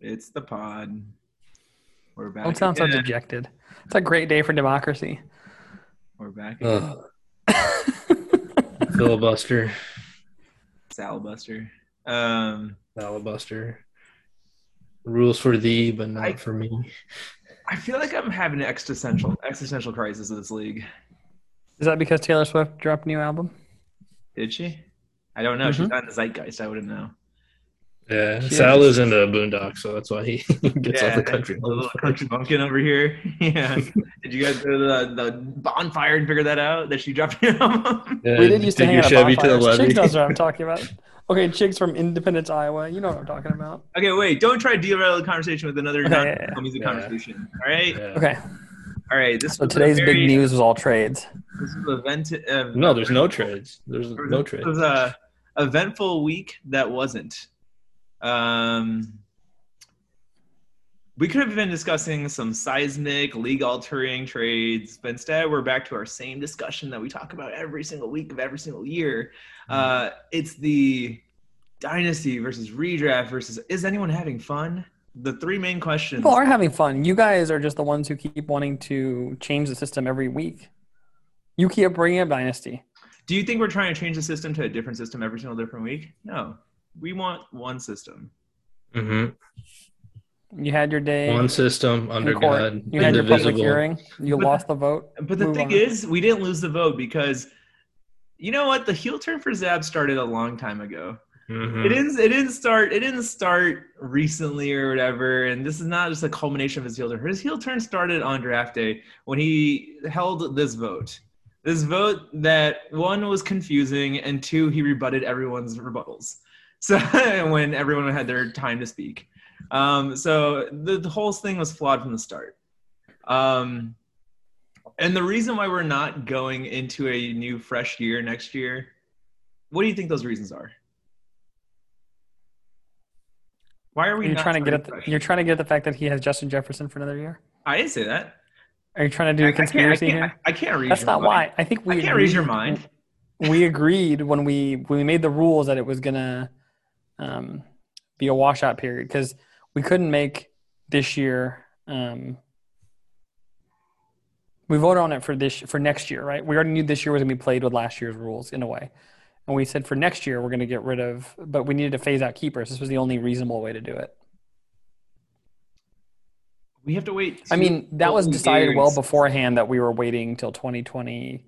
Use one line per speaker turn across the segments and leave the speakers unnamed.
It's the pod. We're back.
Don't sound so
again.
dejected. It's a great day for democracy.
We're back. Again.
Ugh, filibuster,
Salibuster. Um,
filibuster. Rules for thee, but not
I-
for me.
I feel like I'm having an existential existential crisis of this league.
Is that because Taylor Swift dropped a new album?
Did she? I don't know.
Mm-hmm.
She's not in the zeitgeist. I wouldn't know.
Yeah,
Yeah.
Sal is into Boondocks, so that's why he gets
Yeah,
off the country.
the little country bumpkin over here. Yeah. Did you guys go to the, the bonfire and figure that out? That she dropped an album?
Yeah,
we did used to
Uh, take
hang
your
out
Chevy
at
to the
bonfires.
levee.
Chicks knows what I'm talking about. Okay, chicks from Independence, Iowa. You know what I'm talking about.
Okay, wait. Don't try to derail the conversation with another
Okay,
non-
yeah, yeah.
music
Yeah.
conversation. All right.
Yeah.
Okay,
All right. This
so
was a
today's
very-
big news was all trades.
This is event. Uh,
No, there's no trades. There's no
It
trades.
was a eventful week that wasn't. Um, we could have been discussing some seismic, league-altering trades, but instead we're back to our same discussion that we talk about every single week of every single year. Uh, it's the dynasty versus redraft versus is anyone having fun? The three main questions.
People are having fun. You guys are just the ones who keep wanting to change the system every week. You keep bringing up Dynasty.
Do you think we're trying to change the system to a different system every single different week? No, we want one system.
hmm
You had your day
One system under
in court.
God,
you had your public
indivisible.
hearing. You
But-
lost the vote.
But the
Move
thing
on.
is, we didn't lose the vote because you know what? The heel turn for Zab started a long time ago.
Mhm.
Hmm.
It didn't. It didn't start. It didn't start recently or whatever. And this is not just a culmination of his heel turn. His heel turn started on draft day when he held this vote. This vote that one was confusing and two he rebutted everyone's rebuttals. So when everyone had their time to speak, um, so the, the whole thing was flawed from the start. Um, and the reason why we're not going into a new fresh year next year, what do you think those reasons are? Why are we
You're
not
trying to get at
starting
the,
fresh?
you're trying to get at the fact that he has Justin Jefferson for another year.
I didn't say that.
Are you trying to
I-
do
I
a
can't-
conspiracy
I can't,
here?
I, can't read.
That's
your
not
mind.
why. I think we
I can't read your
agreed-
mind.
We agreed when we when we made the rules that it was gonna um, be a washout period because we couldn't make this year. Um, we voted on it for this for next year, right? We already knew this year was gonna be played with last year's rules in a way, and we said for next year we're gonna get rid of, but we needed to phase out keepers. This was the only reasonable way to do it.
We have to wait.
I
two
mean, that was
full
decided
years.
well beforehand that we were waiting till 2023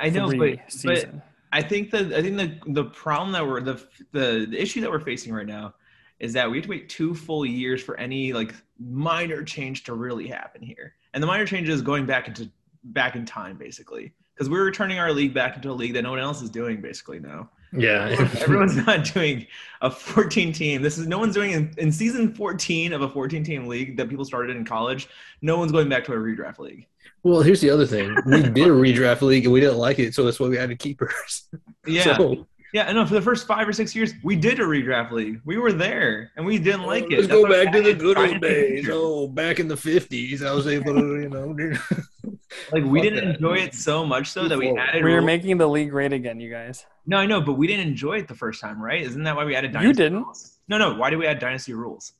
I know, but, but
season.
I think that I think the the problem that we're the the the issue that we're facing right now is that we have to wait two full years for any like minor change to really happen here. And the minor change is going back into back in time basically because we're returning our league back into a league that no one else is doing basically now.
Yeah.
Everyone's not doing a 14 team. This is no one's doing in, in season 14 of a 14 team league that people started in college. No one's going back to a redraft league.
well, here's the other thing. We did a redraft league and we didn't like it, so that's why we added keepers.
Yeah.
So,
Yeah, I know. For the first five or six years, we did a redraft league. We were there, and we didn't like it.
Let's
That's
go
what
back to the
happened.
good
Trying
old
to-
days. Oh, back in the 50s, I was able to, you know. do-
Like we
Fuck
didn't
that.
enjoy it so much, though, that we
Forward.
added.
We were
rules.
making the league great again, you guys.
no, I know, but we didn't enjoy it the first time, right? Isn't that why we added? Dynasty
You didn't.
Rules? No, no. Why do we add dynasty rules?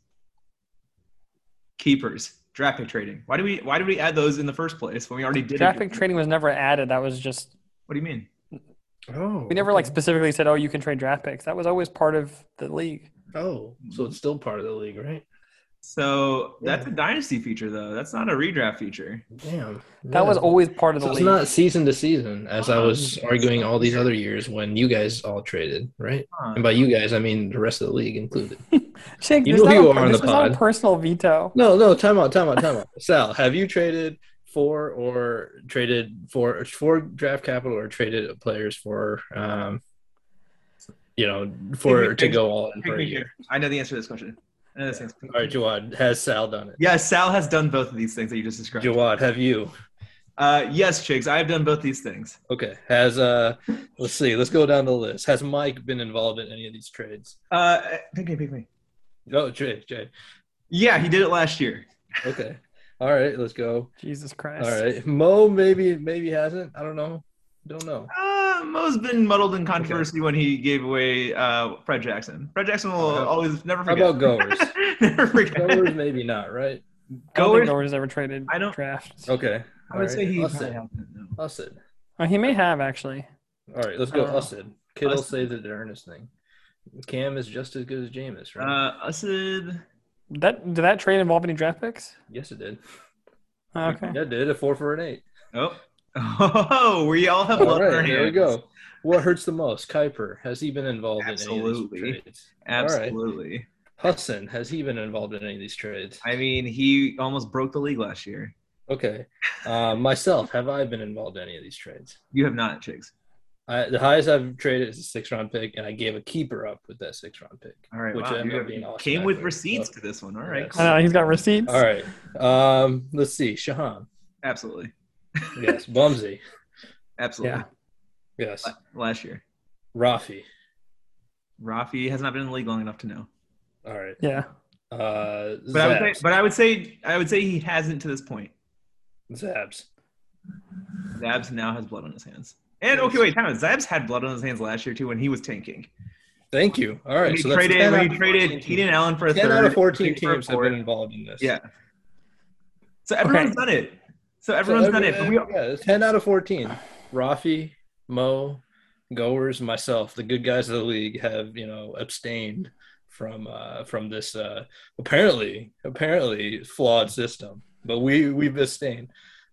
Keepers, draft pick trading. Why do we? Why did we add those in the first place when we already did? it?
Traffic trading was never added. That was just
What do you mean?
Oh.
we never like specifically said, "Oh, you can trade draft picks." That was always part of the league.
Oh, so it's still part of the league, right?
So that's
Yeah.
a dynasty feature, though. That's not a redraft feature.
Damn.
That was always part of the
So it's
league.
not season to season, as I was arguing all these other years when you guys all traded, right?
Huh.
And by you guys, I mean the rest of the league included.
Shake,
You
there's
know
not
who
a-
you are on
this
the
was not a
pod.
personal veto.
No, no, time out, time out, time out. Sal, have you traded for or traded for for draft capital or traded players for um you know for to go all in for a year?
I know the answer to this question. I know this answer.
All right, Jawad, has Sal done it?
Yeah, Sal has done both of these things that you just described.
Jawad, have you?
Uh, yes, Chiggs, I have done both these things.
Okay. Has uh let's see, let's go down the list. Has Mike been involved in any of these trades?
Uh, pick me, pick me.
Oh, Jay, Jay.
Yeah, he did it last year.
Okay. All right, let's go.
Jesus Christ!
All right. Mo maybe maybe hasn't. I don't know. Don't know.
Uh, Mo's been muddled in controversy when he gave away uh, Fred Jackson. Fred Jackson will
Okay.
always never
How
forget.
about goers?
never forget.
goers, maybe not, right?
I don't think
Goers-
Goers ever traded
I don't-
draft.
Okay.
I would say he probably
Usted.
hasn't. no.
Usted.
Oh, he may have actually.
All right, let's
I
go.
Uh,
don't know.
Usted. Kittle
Usted.
saved it to Ernest thing. Cam is just as good as Jameis, right?
Uh, Usted.
That did that trade involve any draft picks?
yes, it did.
Oh, Okay.
Yeah, it did. A four for an eight.
Oh. Oh, we all have
All
love in our
right,
hands.
there we go. What hurts the most? Kuiper. Has he been involved in any
Absolutely.
of these trades?
Absolutely.
Hudson. Has he been involved in any of these trades?
I mean, he almost broke the league last year.
Okay. Uh, myself. Have I been involved in any of these trades?
You have not, Chicks.
I, the highest I've traded is a six round pick, and I gave a keeper up with that six round pick.
All right.
Which
wow, you
ended up
have-
being Austin
came with
Eckler,
receipts
so-
to this one. All right.
Yes.
cool.
I know he's got receipts.
All right. Um, let's see. Shahan.
Absolutely.
Yes. Bumsy.
Absolutely.
Yeah.
Yes.
La- Last year.
Rafi.
Rafi has not been in the league long enough to know.
All right.
Yeah.
Uh,
But I would
Zabs.
say but I would say I would say he hasn't to this point.
Zabs.
Zabs now has blood on his hands. And
Yes.
okay, wait, time out. Zabs had blood on his hands last year too when he was tanking.
Thank you. All
When
right.
he
So that's
traded
10
when
out
he
of
traded
14 teams.
Keenan Allen for a
10
third.
out of 14
Nick for a
teams have
fourth.
been involved in this.
Yeah. So everyone's
Okay.
done it. So
So
everyone's done it.
every- uh,
But we,
yeah, it's 10 out of 14. Rafi, Mo, Goers, myself, the good guys of the league have, you know, abstained from uh from this uh apparently apparently flawed system. But we we've abstained.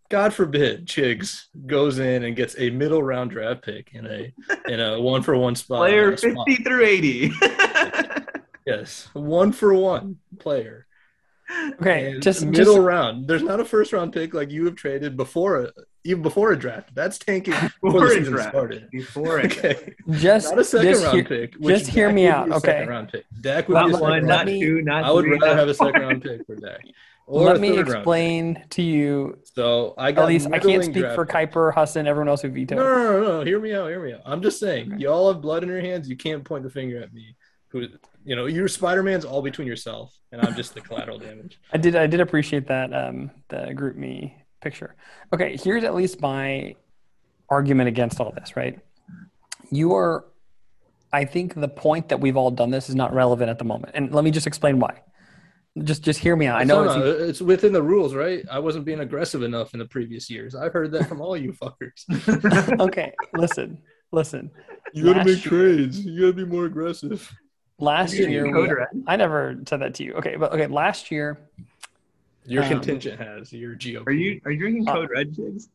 God forbid Chigs goes in and gets a middle round draft pick in a in a one for one spot. on
player
a spot.
50 through 80.
Yes. One for one player.
Okay.
And
just
middle
middle.
round. There's not a first round pick like you have traded before a, even before a draft. That's tanking before,
Before
the
a
season
draft.
started.
Before it.
Okay,
Just, just
not a second
just
round
hear-
pick.
just hear
Dak
me
would be
out,
a second
okay.
round pick. Dak would
Let-
Not
be a
let-
second
one,
round
not
me-
two, not
pick. I would
three,
rather
not
have a
four.
second round pick for Dak. Or
Let
a
me
third round
explain to you,
pick. So I got
at least I can't
middling
speak
draft
for
picks.
Kuiper, Huston, everyone else who vetoed.
No, no, no, no, hear me out, hear me out. I'm just saying,
Okay.
y'all have blood in your hands. You can't point the finger at me. Who, you know, your Spider Man's all between yourself, and I'm just the collateral damage.
I did. I did appreciate that. Um, the group me picture. Okay, here's at least my argument against all this. Right, you are. I think the point that we've all done this is not relevant at the moment, and let me just explain why. Just, just hear me out. I know
No,
it's
no, it's within the rules, right? I wasn't being aggressive enough in the previous years. I've heard that from all you fuckers.
okay. Listen, listen.
You gotta
Last
make
year-
trades. You gotta be more aggressive.
Last year,
Code
we,
red.
I never said that to you. Okay, but okay. Last year,
Your
Um,
contingent has your GOP.
Are you are you drinking
Uh,
Code Red Jigs?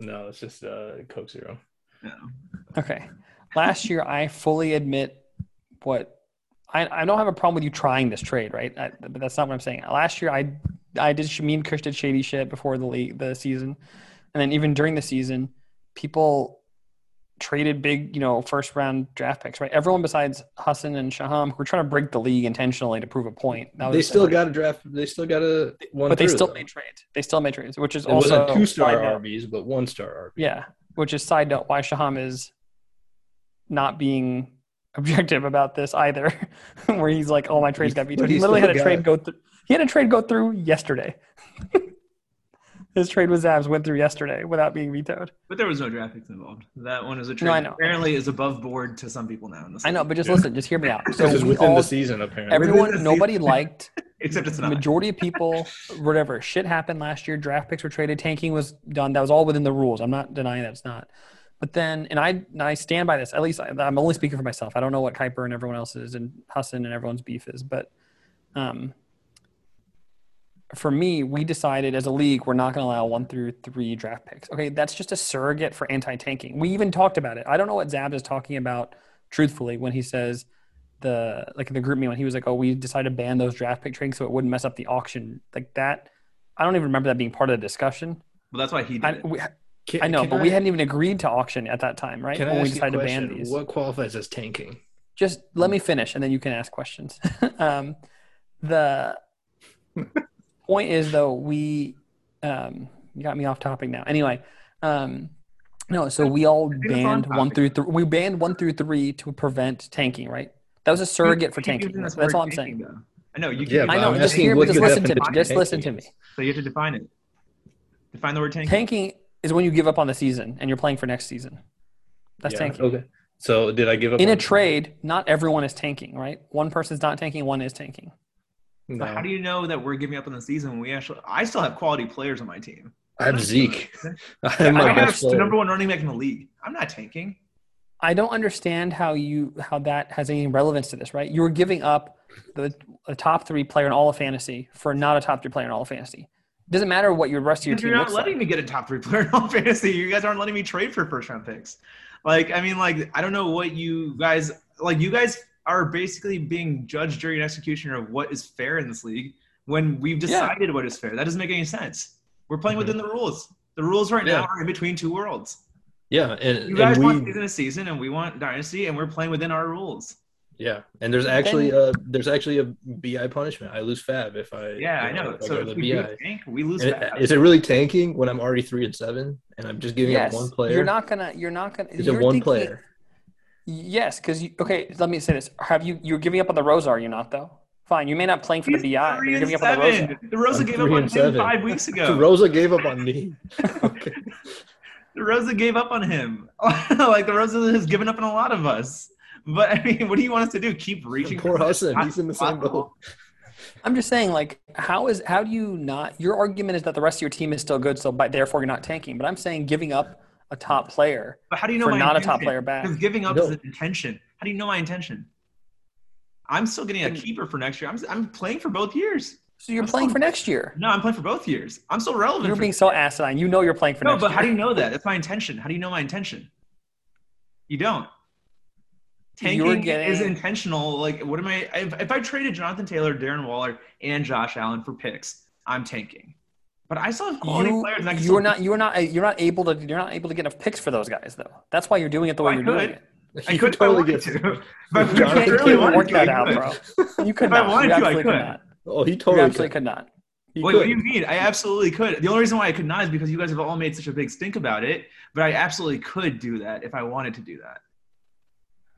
No, it's just uh, Coke Zero.
No.
Okay. Last year, I fully admit what I, I don't have a problem with you trying this trade, right? I, but that's not what I'm saying. Last year, I I did me and Kush did shady shit before the league, the season, and then even during the season, people traded big, you know, first round draft picks, right? Everyone besides Hassan and Shaham, who were trying to break the league intentionally to prove a point. That
They
was-
still got a draft. They still got a one.
but they
through,
still
though.
made trades. They still made trades, which is
It
also
wasn't two star
side note-
RBs, but one star RB.
yeah, which is side note why Shaham is not being objective about this either, where he's like, "Oh, my trade's got vetoed."
But
He
he's
literally
still
had a
got
trade
it.
go through. He had a trade go through yesterday. His trade with Zabs went through yesterday without being vetoed.
But there was no draft picks involved. That one was a trade.
I know.
Apparently, is above board to some people now. In this
I know, but just
Yeah.
listen, just hear me out. So
this is
we
within
all,
the season, apparently.
Within the
everyone,
season.
nobody liked.
except it's
the
not.
majority of people, whatever shit happened last year, draft picks were traded, tanking was done. That was all within the rules. I'm not denying that it's not. But then, and I and I stand by this. At least I, I'm only speaking for myself. I don't know what Kuiper and everyone else is, and Husson and everyone's beef is. But um, for me, we decided as a league we're not going to allow one through three draft picks. Okay, that's just a surrogate for anti-tanking. We even talked about it. I don't know what Zabs is talking about truthfully when he says the like in the group me when he was like, "Oh, we decided to ban those draft pick trades so it wouldn't mess up the auction." Like that, I don't even remember that being part of the discussion.
well, that's why he did
I,
it.
we,
Can-
I know,
can
but we
I-
hadn't even agreed to auction at that time, right?
Can I
when
ask
we
you a
decided to ban
question?
these.
What qualifies as tanking?
Just let me finish, and then you can ask questions. um, the point is, though, we um, you got me off topic now. Anyway, um, no, so we all
it's on
banned one
topic.
through three. We banned one through three to prevent tanking, right? That was a surrogate for
He- he used
tanking.
this
That's all
word
I'm saying.
tanking, though. I know you.
Yeah,
Can,
but
I know.
I'm
Just
asking
hear me.
what
Just
the
listen to me.
definition of
Just
tanking
listen to me.
is.
So you have to define it. Define the word tanking.
Tanking is when you give up on the season and you're playing for next season. That's
Yeah,
tanking.
Okay. So did I give up
In a
on-
trade, not everyone is tanking, right? One person's not tanking, one is tanking.
No.
But how do you know that we're giving up on the season when we actually? I still have quality players on my team.
I have Zeke.
I
I'm my
have
best
the
player.
number one running back in the league. I'm not tanking.
I don't understand how you how that has any relevance to this, right? You were giving up the a top three player in all of fantasy for not a top three player in all of fantasy. doesn't matter what your rest of your
Because
team
you're not
looks
letting
like.
me get a top three player in all fantasy. You guys aren't letting me trade for first round picks. Like, I mean, like, I don't know what you guys like. You guys are basically being judge, jury, and executioner of what is fair in this league when we've decided what is fair. That doesn't make any sense. We're playing
Mhm.
within the rules. The rules right
Yeah.
now are in between two worlds.
Yeah, and,
You guys
and we
want season to season, and we want dynasty, and we're playing within our rules.
yeah, and there's actually uh there's actually a BI punishment. I lose Fab if I
Yeah, I
you
know.
if I
So
go
if
to
we
the
do
BI.
tank, we lose.
And
fast.
it- Is it really tanking when I'm already three and seven and I'm just giving
yes,
up one player?
you're not gonna. You're not gonna.
Is it
you're
one
thinking-
player?
Yes, because you, okay. Let me say this: Have you you're giving up on the Rosa? Are you not though? Fine, you may not playing for
He's
the BI. But
three
you're
and
giving up on the Rosa.
seven. The Rosa
I'm
gave
three
up on
and
him
seven.
five weeks ago.
Rosa gave up on me. okay.
the Rosa gave up on him. like the Rosa has given up on a lot of us. But I mean, what do you want us to do? Keep reaching?
Poor
for the
Hassan.
shot?
He's in the same boat.
I'm just saying, like, how is how do you not? Your argument is that the rest of your team is still good, so by therefore you're not tanking. But I'm saying giving up a top player
But how do you know
for
my
not a
intention?
top player back.
Because giving up
No.
is an intention. How do you know my intention? I'm still getting a
Mm.
keeper for next year. I'm, I'm playing for both years.
So you're
I'm
playing
still-
for next year.
No, I'm playing for both years. I'm still relevant.
You're
for-
being so asinine. You know you're playing for
no,
next
but
year.
how do you know that? That's my intention. How do you know my intention? You don't.
You
Tanking
were
is
getting-
intentional. Like, what am I? If, if I traded Jonathan Taylor, Darren Waller, and Josh Allen for picks, I'm tanking. But I still have quality
you,
players. And I can
you're
still-
not you're not you're not able to you're not able to get enough picks for those guys though. That's why you're doing it the way
I
you're doing
could.
it.
I could totally get to. If I
You
if
You
I
Yeah,
can't, you
really
can't
wanted
work
to,
that
I
out,
could.
bro. You could
If I
not.
wanted
You
to, I
absolutely
could.
could not.
Oh, he
You
totally.
absolutely could not.
He
Wait,
could.
what do you mean? I absolutely could. The only reason why I could not is because you guys have all made such a big stink about it. But I absolutely could do that if I wanted to do that.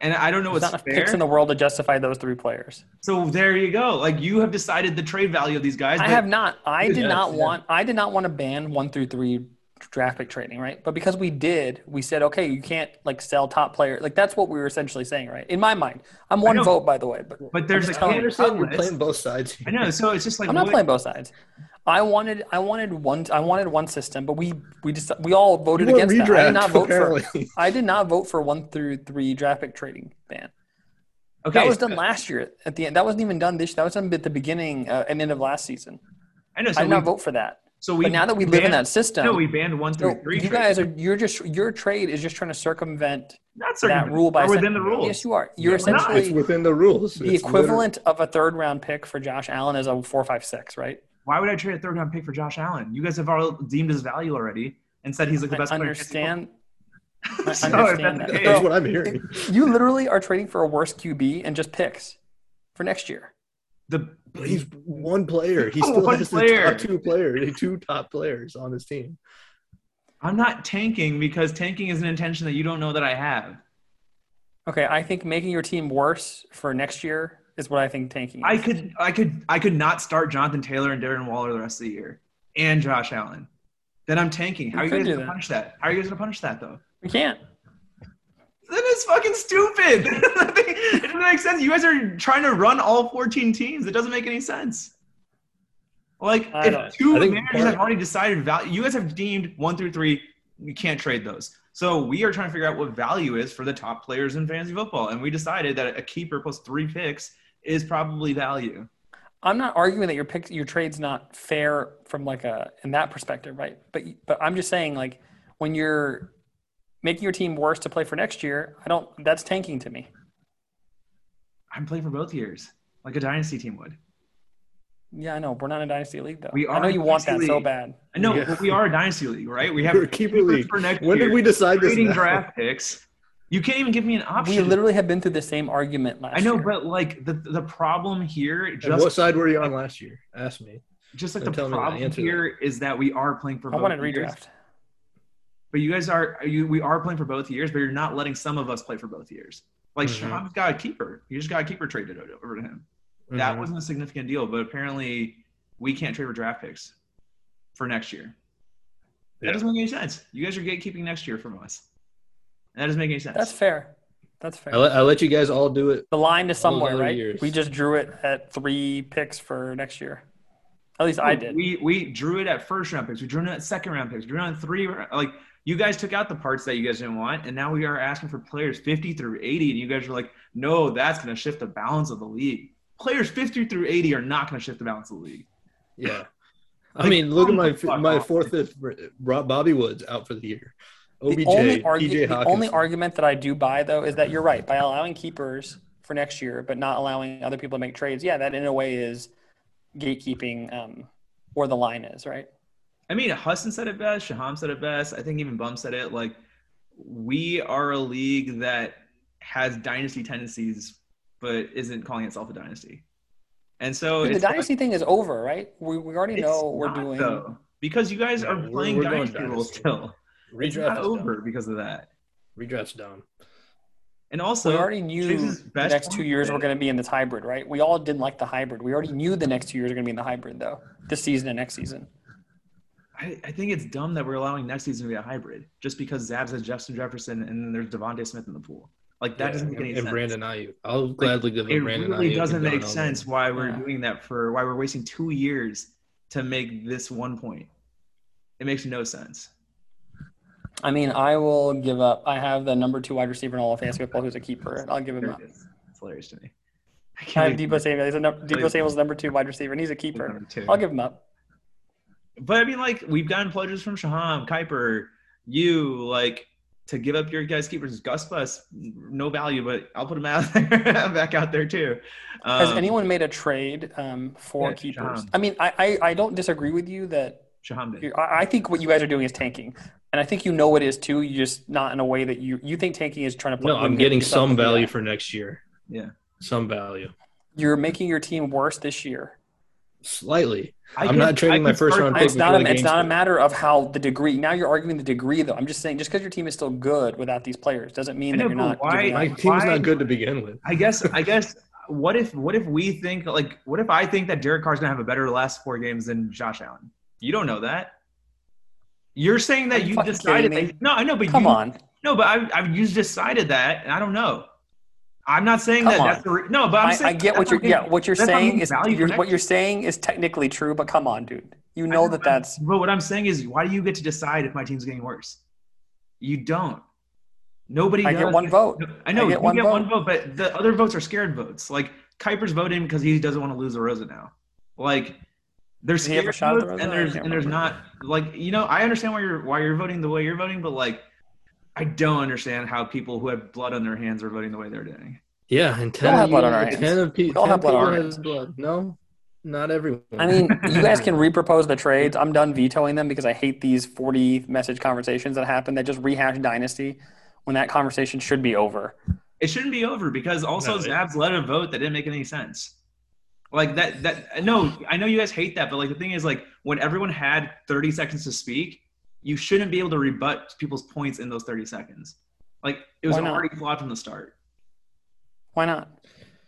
And I don't know what's
There's not enough
fair.
picks in the world to justify those three players.
So there you go. Like you have decided the trade value of these guys.
I
but
have not. I
Yeah,
did not
yeah.
want. I did not want to ban one through three draft pick trading, right? But because we did, we said, okay, you can't like sell top player. Like that's what we were essentially saying, right? In my mind, I'm one
know.
vote, by the way, but
But there's
I'm
a
telling
I
you.
counter
understand you're
playing.
playing both sides.
I know. So it's just like
I'm not
what-
playing both sides. I wanted. I wanted one. I wanted one system, but we we just we all
You
voted
won't
against that. I did
redraft,
not vote
apparently.
for. I did not vote for one through three draft pick trading ban.
Okay,
That was done last year at the end. That wasn't even done this. That was done at the beginning uh, and end of last season.
I know.
I
So
did
we,
not vote for that.
so we
but now that we live in
banned-
that system,
no, we banned one
So
through three.
you
trade.
guys are you're just your trade is just trying to circumvent
not
that
circumvented.
rule by
We're within
saying-
the rules.
Yes, you are. You're
Yeah, we're not.
essentially
It's within the rules.
the
It's
equivalent of a third round pick for Josh Allen is a four five six, right?
Why would I trade a third round pick for Josh Allen? You guys have all deemed his value already and said he's like the
I
best. player in fantasy
understand. I
football. So if
understand
that's the
that.
literally-
case,
That's what I'm hearing.
You literally are trading for a worse QB and just picks for next year.
the
But he's one player. He still
One
has
player.
the top two players, two top players on his team.
I'm not tanking because tanking is an intention that you don't know that I have.
Okay, I think making your team worse for next year is what I think tanking. Is.
I could I could I could not start Jonathan Taylor and Darren Waller the rest of the year and Josh Allen. Then I'm tanking. How
You
are you
could
guys
do
gonna
that.
punish that? How are you guys gonna punish that though?
We can't.
That is fucking stupid. it doesn't make sense. You guys are trying to run all 14 teams. It doesn't make any sense. Like
I don't-
if two
I think
managers
part-
have already decided value, you guys have deemed one through three. You can't trade those. So we are trying to figure out what value is for the top players in fantasy football, and we decided that a keeper plus three picks is probably value.
I'm not arguing that your pick, your trade's not fair from like a in that perspective, right? But but I'm just saying like when you're making your team worse to play for next year, I don't. That's tanking to me.
I'm playing for both years, like a dynasty team would.
Yeah, I know we're not in a dynasty league though.
We
I
are
know
in
you want that
dynasty
so
league.
bad.
I know
Yeah.
but we are a dynasty league, right? We have
We're a keeper
keepers
league.
for next
When
year.
did we decide this?
trading
now?
draft picks? You can't even give me an option.
We literally have been through the same argument last.
I know,
year.
but like the the problem here,
And what
just
side were you on last year? Ask me.
just like
don't
the
tell me the
problem
answer
here is that we are playing for.
I
both
wanted
years,
redraft.
But you guys are you we are playing for both years, but you're not letting some of us play for both years. Like
Mhm.
Sean's got a keeper. You just got a keeper traded o- over to him. That
Mhm.
wasn't a significant deal, but apparently we can't trade for draft picks for next year. That
Yeah.
doesn't make any sense. You guys are gatekeeping next year from us. And that doesn't make any sense.
That's fair. That's fair.
I let, I let you guys all do it.
the line to somewhere,
other
right?
years.
We just drew it at three picks for next year. At least I did.
We we drew it at first round picks. We drew it at second round picks. We drew it at three. ra- Like you guys took out the parts that you guys didn't want, and now we are asking for players 50 through 80, and you guys are like, no, that's going to shift the balance of the league. Players 50 through 80 are not going to shift the balance of the league.
Yeah. I
Like,
mean, look at my
fuck
my
off.
fourth fifth. Rob Bobby Woods out for the year. OBJ,
the only,
E
argu-
TJ
the
Hawkins.
only argument that I do buy though is that you're right by allowing keepers for next year, but not allowing other people to make trades. Yeah, that in a way is gatekeeping um, where the line is, right?
I mean, Huston said it best. Shaham said it best. I think even Bum said it. Like, we are a league that has dynasty tendencies, but isn't calling itself a dynasty. And so
Dude, the
it's like-
dynasty thing is over, right? We, we already
It's
know what we're
not,
doing.
though, because you guys
No,
are
we're-
playing
we're going
dynasty rules
dynasty.
still. It's
redraft
not
is
over
Dumb.
because of that.
Redraft's dumb.
And
we
also,
already knew
Diggs'
the
best
next two
point
years
today-
we're going to be in this hybrid, right? We all didn't like the hybrid. We already knew the next two years are going to be in the hybrid, though, this season and next season.
I, I think it's dumb that we're allowing next season to be a hybrid just because Zabs has Justin Jefferson and then there's Devontae Smith in the pool. Like that
Yeah,
doesn't make
and-
any
and
sense.
Brandon Ayuk. I'll gladly give
it
him Brandon
really
Ayuk
doesn't
and
make
Donald.
sense why we're
Yeah.
doing that for why we're wasting two years to make this one point. It makes no sense.
I mean, I will give up. I have the number two wide receiver in all of fantasy football who's a keeper. I'll give him
There
up.
it is. It's hilarious to me. I
I
can't
have
believe
Debo Samuel. He's a num- Debo
Really?
Samuel's number two wide receiver, and he's a keeper.
number two.
I'll give him up.
But I mean, like, we've gotten pledges from Shaham, Kuiper, you, like, to give up your guys' keepers. Gus Bus, no value, but I'll put him out there, back out there too. Um,
Has anyone made a trade um, for
yeah,
keepers?
Shaham.
I mean, I, I I don't disagree with you that
Shaham did.
you- I I think what you guys are doing is tanking, and I think you know it is too. You just not in a way that you you think tanking is trying to.
No,
win
I'm
games
getting
yourself
some
to do
value
that.
for next year.
Yeah.
Some value.
You're making your team worse this year.
Slightly.
I
I'm
could-
not trading
I
my
could
first
start
round
my-
pick
It's not
before
a
the
it's
game's
not a
over.
matter of how the degree. Now you're arguing the degree though. I'm just saying just because your team is still good without these players doesn't mean
I
that
know,
you're
but
not.
why-
giving up.
My team's
Why-
not good to begin with.
I guess, I guess, what if, what if we think, like, what if I think that Derek Carr's gonna have a better last four games than Josh Allen? You don't know that. You're saying
Are
that
you
you
fucking
decided
kidding me?
that. No, I know, but
Come
you,
on.
No, but I've, I've you decided that, and I don't know. I'm not saying
Come
that.
on.
That's the re- no, but I'm
I,
saying
I get
that's
what you're
not
yeah what you're
that's not
saying
getting
is
value for
you're,
next
what you're saying is technically true, but come on, dude. You
I
know
know,
that
but-
that's
But what I'm saying is, why do you get to decide if my team's getting worse? You don't. Nobody.
I get
does.
one vote.
No, I know
I get
you
one
get
vote.
one vote, but the other votes are scared votes. Like Kuiper's voting because he doesn't want to lose the Rosa now. Like there's
Did he have a
scared
shot at the
votes,
Rosa?
and
I
there's
can't
and there's not
remember.
like you know I understand why you're why you're voting the way you're voting, but like I don't understand how people who have blood on their hands are voting the way they're doing.
Yeah, and ten,
all have
of
blood
you-
on our hands.
ten of pe-
We all
10
have blood on
people
our
have
hands.
blood. No, not everyone.
I mean, you guys can repropose the trades. I'm done vetoing them because I hate these 40 message conversations that happen that just rehash dynasty when that conversation should be over.
it shouldn't be over because also
No, it-
Zabs led a vote that didn't make any sense. Like that that no, I know you guys hate that, but like the thing is like when everyone had 30 seconds to speak, you shouldn't be able to rebut people's points in those 30 seconds. Like it was
Why not?
already flawed from the start.
Why not?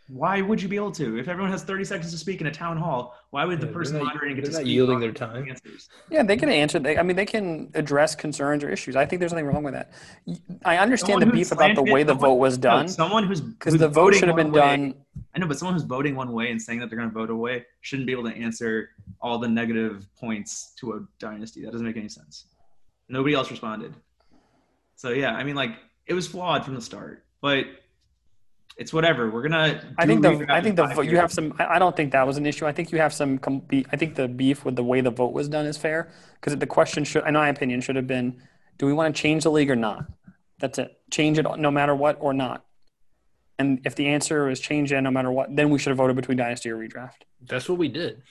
Why would you be able to? If everyone has 30 seconds to speak in a town hall, why would the
Yeah,
person
they're not-
moderating get to
they're not
speak?
yielding
on
their time.
Answers?
Yeah, they can answer. They, I mean, they can address concerns or issues. I think there's nothing wrong with that. Y- I understand
Someone
the
who
beef about the
slanted-
way the
someone-
vote was done
Someone who's
because
who's
the vote
voting
should have
one
been
way-
done.
I know, but someone who's voting one way and saying that they're going to vote away shouldn't be able to answer all the negative points to a dynasty. That doesn't make any sense. Nobody else responded. So yeah, I mean, like it was flawed from the start, but it's whatever. We're gonna.
I
do
think the
redraft
I
in
think the
five
vote you
years.
have some. I I don't think that was an issue. I think you have some. com- be- I think the beef with the way the vote was done is fair because the question should, in my opinion, should have been: Do we want to change the league or not? That's it. Change it no matter what or not. And if the answer was change it no matter what, then we should have voted between dynasty or redraft.
that's what we did.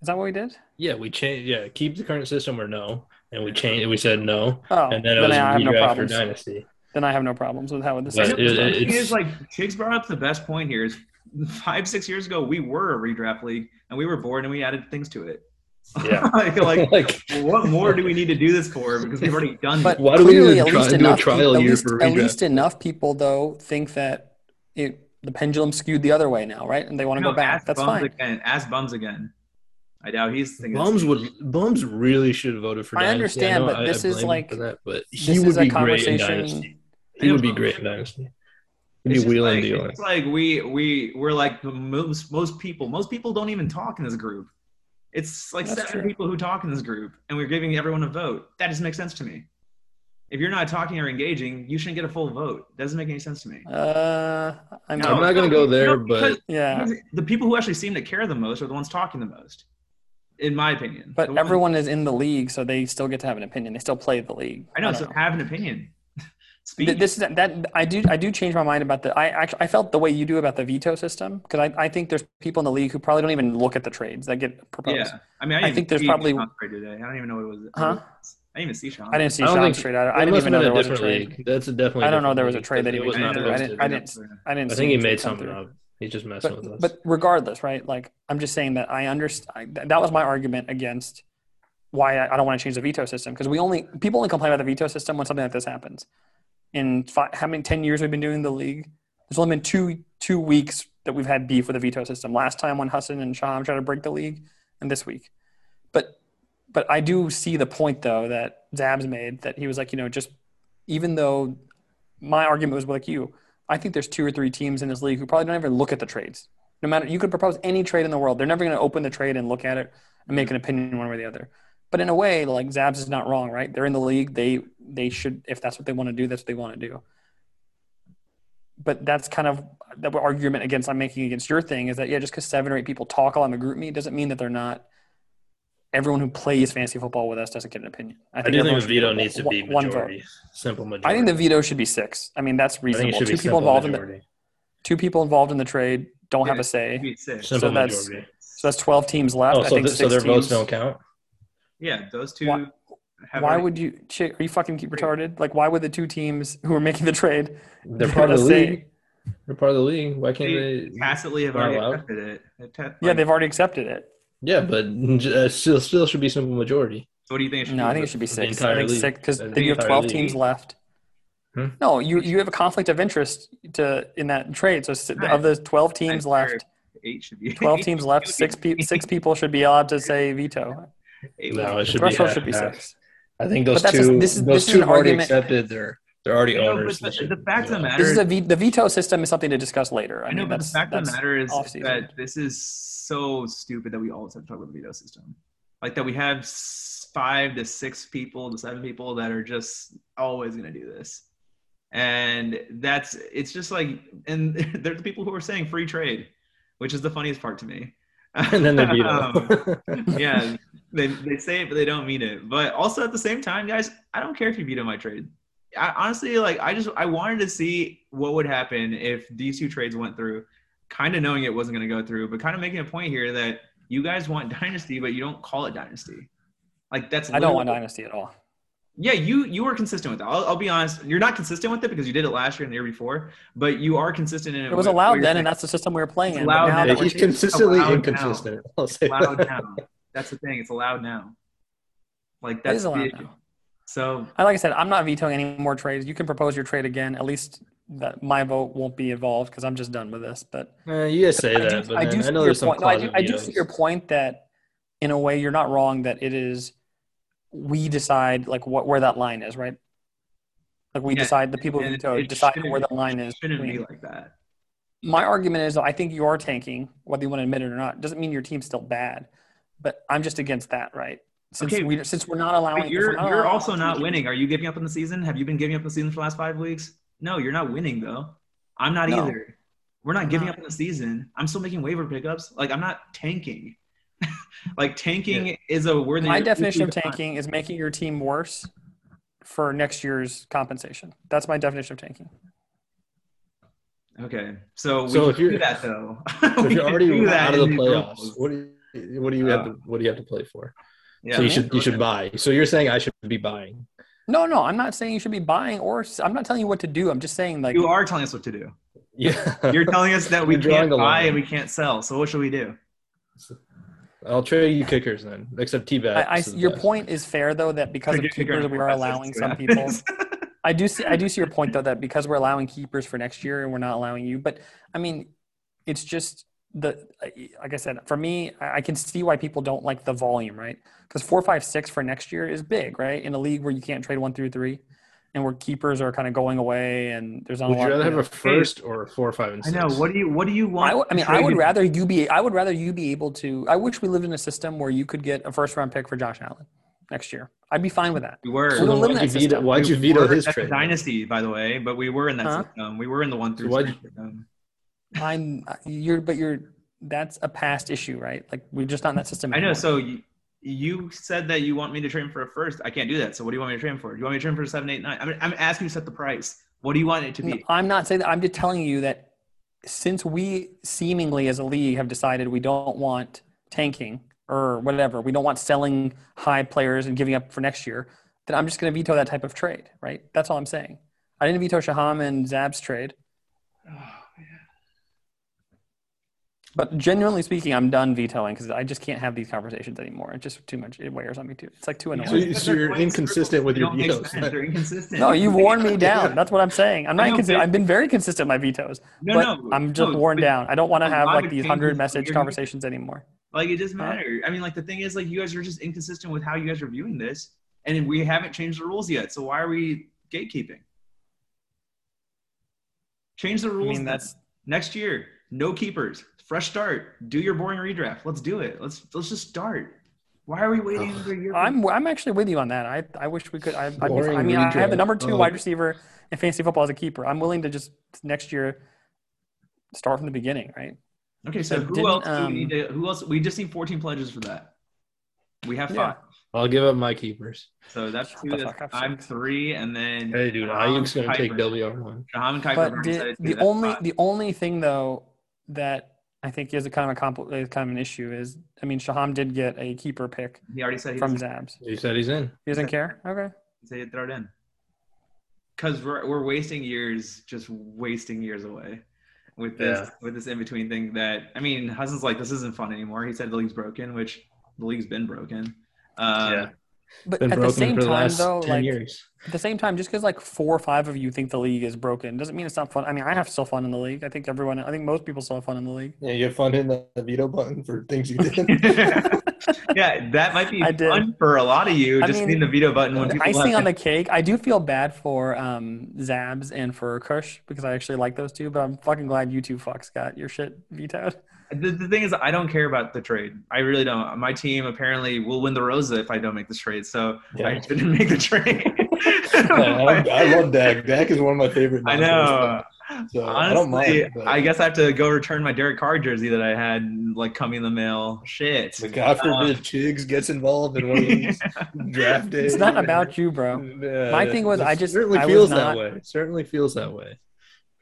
Is that what we did?
Yeah, we changed. Yeah, keep the current system or no, and we changed. We said no,
Oh,
and then it was
I have no
redraft or
problems.
dynasty.
Then I have no problems with how this.
I
But
know,
is.
but
it-
the thing
it's-
is, like Chiggs brought up the best point here is five six years ago we were a redraft league and we were bored and we added things to it.
Yeah.
like, like
like
what more do we need to do this for? Because we've already done.
But
Why do we
clearly,
even
at
try
least
to do a
enough,
trial
at
year
least,
for
at
redraft?
least enough people though think that it the pendulum skewed the other way now, right? And they want to
No,
go back.
ask
That's
Bums
fine.
Again. Ask Bums again. I doubt he's thinking.
Bums would Bums really should have voted for.
I
Dynasty.
understand,
know
but this is
blame him
like-
for that, but he
This
would
is
be
a
great in Dynasty.
conversation.
He would be great in Dynasty. He'd be
It's just
wheeling
like,
and dealing.
It's like we we we're like the most most people. Most people don't even talk in this group. It's like
That's
seven
true.
people who talk in this group, and we're giving everyone a vote. That doesn't make sense to me. If you're not talking or engaging, you shouldn't get a full vote. Doesn't make any sense to me.
Uh, I'm
No,
I'm not gonna go there,
because-
but
yeah,
because the people who actually seem to care the most are the ones talking the most, in my opinion. The
but
ones-
everyone is in the league, so they still get to have an opinion. They still play the league.
I know.
don't
so have an opinion. Speak.
Th- this is that I do I do change my mind about the I actually I felt the way you do about the veto system because I, I think there's people in the league who probably don't even look at the trades that get proposed.
yeah. I mean, I,
I
didn't
think there's
see
probably-
Sean trade today. I don't even know what it was.
Huh?
I didn't even see Sean.
I didn't see
I don't
Sean
think-
trade. I, I
That
didn't
must
even
have
know there
been a
was a
different
trade.
league. That's a definitely.
I don't know
different
there was a
league,
trade that he
because it
was
I
not
was not
in.
didn't-
I didn't.
posted.
I didn't. I didn't.
I
see
think he
him come
made something
through.
up. He's just messing with us.
But, but regardless, right? Like I'm just saying that I understand. That was my argument against why I, I don't want to change the veto system because we only people only complain about the veto system when something like this happens. In five, how many ten years we've been doing the league? There's only been two two weeks that we've had beef with the veto system. Last time when Hassan and Sham tried to break the league, and this week. But but I do see the point though that Zab's made that he was like you know just even though my argument was like you. I think there's two or three teams in this league who probably don't even look at the trades. No matter you could propose any trade in the world, they're never going to open the trade and look at it and make an opinion one way or the other. But in a way, like Zabs is not wrong, right? They're in the league. They they should, if that's what they want to do, that's what they want to do. But that's kind of the argument against I'm making against your thing is that yeah, just because seven or eight people talk on the group meet doesn't mean that they're not. Everyone who plays fantasy football with us doesn't get an opinion.
I do
everyone
think
should
Vito
get
needs to
one-
be
one vote.
majority, simple majority.
I think the veto should be six. I mean, that's
I think it
reasonable.
should be
Two people
simple
involved in the
majority.
two people involved in the trade don't have a say.
Maybe six.
Simple
So that's-
majority.
So that's twelve teams left.
Oh,
I
so,
think
th- so
six
their votes
teams-
don't count.
Yeah, those two.
Why-
have
Why
already-
would you? Shit, are you fucking retarded? Like, why would the two teams who are making the trade?
They're
They're
part of the
gonna say-
league. They're part of the league. Why can't
They
they?
tacitly have
Not
already
allowed.
accepted it? They ta-
Yeah,
like,
they've already accepted it.
Yeah, but uh, still, still should be simple majority.
so what do you think? It should
No,
be?
I think it should be
The
six. I
entire
think
league.
six because
The
then you have
entire
twelve
league.
teams left.
Hmm?
No, you you have a conflict of interest to in that trade. So s-
Right.
of the twelve teams
Right.
left,
eight should be
twelve teams left, six pe- six people should be allowed to say veto.
Eight
No,
would-
it should be
Threshold
half-
should be
half.
six.
I think those
But that's a-
two.
this is-
those
this is
two
an
have already
argument-
accepted. They're they're already
I know,
owners.
but the,
They should-
the fact of the
yeah.
matter
This
is,
is a ve- the veto system is something to discuss later.
I
I, mean,
know, but the
that's,
fact of the
that's-
matter is
off-season.
that this is so stupid that we always have to talk about the veto system. Like that we have s- five to six people to seven people that are just always going to do this. And that's, it's just like, and they're the people who are saying free trade, which is the funniest part to me.
and then they beat
Um,
them.
yeah, they, they say it, but they don't mean it. But also at the same time, guys, I don't care if you veto my trade. I honestly like. I just I wanted to see what would happen if these two trades went through, kind of knowing it wasn't going to go through, but kind of making a point here that you guys want dynasty, but you don't call it dynasty. Like that's
I don't want
literally-
dynasty at all.
yeah, you you were consistent with it. I'll, I'll be honest. You're not consistent with it because you did it last year and the year before, but you are consistent in
It was allowed then, and that's the system we were playing
It's
in. but
allowed
now
now.
that we're-
He's consistently
allowed now.
inconsistent. I'll say
that's allowed
that.
now. That's the thing. It's allowed now. Like
it
that's
is
the
allowed
issue.
now.
So
I like I said, I'm not vetoing any more trades. You can propose your trade again. At least that my vote won't be involved because I'm just done with this. But
Uh, you guys say
I do-
that, but
I
then
do
I,
see
know
your
there's some
point. No, I do,
closet
I do
vetoes.
see your point that, in a way, you're not wrong. That it is, we decide like what where that line is, right? Like we
Yeah,
decide the people who
and
veto
it
decide
shouldn't
where
be-
that line is.
it shouldn't
between-
be like that.
my argument is though, I think you are tanking, whether you want to admit it or not. Doesn't mean your team's still bad, but I'm just against that, right? Since
Okay,
we since we're not allowing,
But
if we're
you're
not
you're
allowing
also
two
not
teams-
winning. Are you giving up on the season? Have you been giving up on the season for the last five weeks? No, you're not winning though. I'm not
No.
either. We're not
I'm
giving
not.
up on the season. I'm still making waiver pickups. Like I'm not tanking. like tanking is a word. that
My
you're-
definition of tanking is making your team worse for next year's compensation. That's my definition of tanking.
Okay, so we
So if
can do
you're-
that though. We
So if you're
can
already
do that
out of the
in these
playoffs,
rules.
what do you what do you
Uh,
have to what do you have to play for?
Yeah.
so you should you should buy. So you're saying I should be buying.
No, no, I'm not saying you should be buying or s- I'm not telling you what to do. I'm just saying like
You are telling us what to do.
Yeah.
You're telling us that we
You're drawing
can't
the
buy
line.
and we can't sell. So what should we do?
I'll trade you kickers then, except T-Bag.
I, I, your point is fair though that because of
Forget your
keepers we are
process,
allowing
see
some
what
people.
happens.
I do see I do see your point though that because we're allowing keepers for next year and we're not allowing you, but I mean, it's just the like I said for me, I I can see why people don't like the volume, right? Because four, five, six for next year is big, right? In a league where you can't trade one through three, and where keepers are kind of going away, and there's not
Would
a
you
lot.
rather have
know.
a first or a four, five, and
I
six?
know. What do you What do you want?
I, w- I mean, I
traded?
would rather you be. I would rather you be able to. I wish we lived in a system where you could get a first round pick for Josh Allen next year. I'd be fine with that.
We were.
So
So then
eliminate
why'd you
that
veto,
system.
why'd you
We
veto
were-
his
that's
trade?
Dynasty, by the way, but we were in that
Huh?
system. We were in the one through.
why'd
six
you-
system.
I'm. You're. But you're. That's a past issue, right? Like we're just not in that system.
I know.
anymore.
So you, you said that you want me to train for a first. I can't do that. So what do you want me to train for? Do you want me to train for a seven, eight, nine? I'm, I'm asking you to set the price. What do you want it to be?
No, I'm not saying that. I'm just telling you that since we seemingly as a league have decided we don't want tanking or whatever, we don't want selling high players and giving up for next year, then I'm just going to veto that type of trade, right? That's all I'm saying. I didn't veto Shaham and Zab's trade, but genuinely speaking, I'm done vetoing because I just can't have these conversations anymore. It's just too much. It wears on me too. It's like too
Yeah,
So
annoying.
you-
but
so
their
you're
points
inconsistent with
They
your
don't make
vetoes.
sense. They're inconsistent.
No, you've worn me down. That's what I'm saying. I'm
I
not
know,
inconsistent.
but-
I've been very consistent in my vetoes,
No,
but
no,
I'm just
no,
worn
but,
down. I don't want to
a
have
lot
like
of
these
changes
hundred
from
message
your-
conversations anymore.
Like it doesn't
Huh?
matter. I mean, like the thing is, like you guys are just inconsistent with how you guys are viewing this, and we haven't changed the rules yet. So why are we gatekeeping? Change the
I
rules.
mean,
then.
that's
next year. No keepers. Fresh start. Do your boring redraft. Let's do it. Let's let's just start. Why are we waiting
Ugh.
another year? for-
I'm I'm actually with you on that. I I wish we could. I, I'd be-
Boring
I mean, I have the
redraft.
number two
Ugh.
wide receiver in fantasy football as a keeper. I'm willing to just next year start from the beginning, right?
okay. So
I
who
didn't,
else do
um,
we need to? Who else? We just need 14 pledges for that. We have
Yeah.
five.
I'll give up my keepers.
So that's two.
the
that's-
fuck up,
I'm
Six.
three, and then
Hey, dude,
Shaham
Ayuk's gonna take
Kuiper.
WR one.
Shaham and Kuiper have
But
already
the,
decided to do
the
that
only
spot.
the only thing though that I think is a kind of a compl- is kind of an issue is I mean Shaham did get a keeper pick
he already said he
from
doesn't
Zabs.
He said he's in.
He doesn't care. Okay.
say it, throw it in. Because we're we're wasting years, just wasting years away with this
Yeah.
with this in between thing. That I mean, Hudson's like, this isn't fun anymore. He said the league's broken, which the league's been broken. Uh,
Yeah.
But
Been
at the
broken
same
for the
time
last
though,
ten
like
years.
At the same time, just because like four or five of you think the league is broken doesn't mean it's not fun. I mean, I have still fun in the league. I think everyone, I think most people still have fun in the league.
Yeah, you have fun hitting the the veto button for things you did.
yeah, that might be
I did.
fun for a lot of you.
I
Just
mean,
hitting the veto button when
The
people
icing
have-
on the cake, I do feel bad for um, Zabs and for Kush because I actually like those two, but I'm fucking glad you two fucks got your shit vetoed.
The, the thing is, I don't care about the trade. I really don't. My team apparently will win the Rosa if I don't make this trade, so I
Yeah.
shouldn't make the trade.
I, I love Dak. Dak is one of my favorite.
I
non-Seahawks
know.
players, So I don't
Honestly, I,
mind. But,
guess I have to go return my Derek Carr jersey that I had like coming in the mail. Shit.
but God
uh,
forbid Chiggs gets involved in one of these draft days.
It's not about you, bro. My thing was, I just-
Uh, certainly
I was
feels
not-
that way. It certainly feels that way.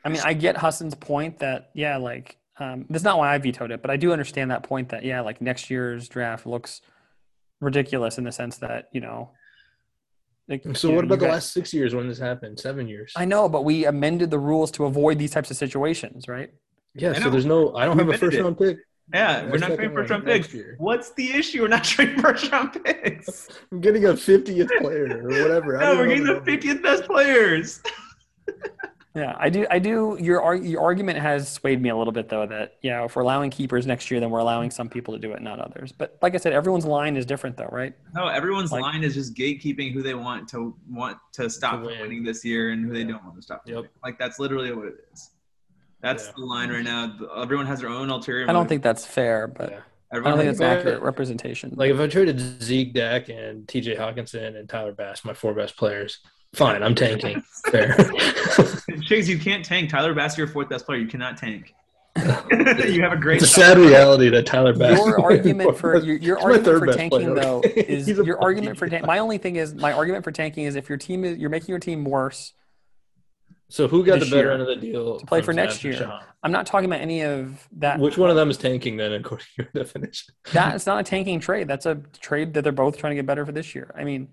I mean, I get Huston's point that yeah, like um, that's not why I vetoed it, but I do understand that point that yeah, like next year's draft looks ridiculous in the sense that you know. Like,
So
you-
what about
you
the
got-
last six years when this happened? Seven years.
I know, but we amended the rules to avoid these types of situations, right?
yeah.
I
So
know.
there's no. I don't
We
have a
admitted
first
it.
round pick.
yeah, we're
Or
not
second
trading first round
round
picks.
next year.
What's the issue? We're not trading first round picks.
I'm getting a 50th player or whatever. I
No,
don't
we're
know
getting the
number.
50th best players.
Yeah, I do. I do. Your ar- your argument has swayed me a little bit, though. That you know, if we're allowing keepers next year, then we're allowing some people to do it, not others. But like I said, everyone's line is different, though, right?
No, everyone's
Like-
line is just gatekeeping who they want to want to stop
To win.
winning this year and who they
Yeah.
don't want to stop.
Yep.
winning. Like that's literally what it is. That's
Yeah.
the line right now. Everyone has their own ulterior.
I don't
motive.
think that's fair, but
Yeah.
I don't
Everyone
think
has
that's an
fair.
accurate representation.
Like if I traded Zeke, Dak, and T.J. Hawkinson and Tyler Bass, my four best players. Fine, I'm tanking. Fair.
Chiggs, you can't tank. Tyler Bass, your fourth best player. You cannot tank. you have a great
it's a
shot.
sad reality that Tyler Bass.
your argument for your, your
He's my
argument
third
for
best
tanking
player.
though is
He's a
your
fucking
argument for tank. My only thing is my argument for tanking is if your team is you're making your team worse.
So who got the
this
better
year
end of the deal
to play
from
for next
Zach
year?
Sean?
I'm not talking about any of that.
Which one of them is tanking then, according to your definition?
That's not a tanking trade. That's a trade that they're both trying to get better for this year. I mean,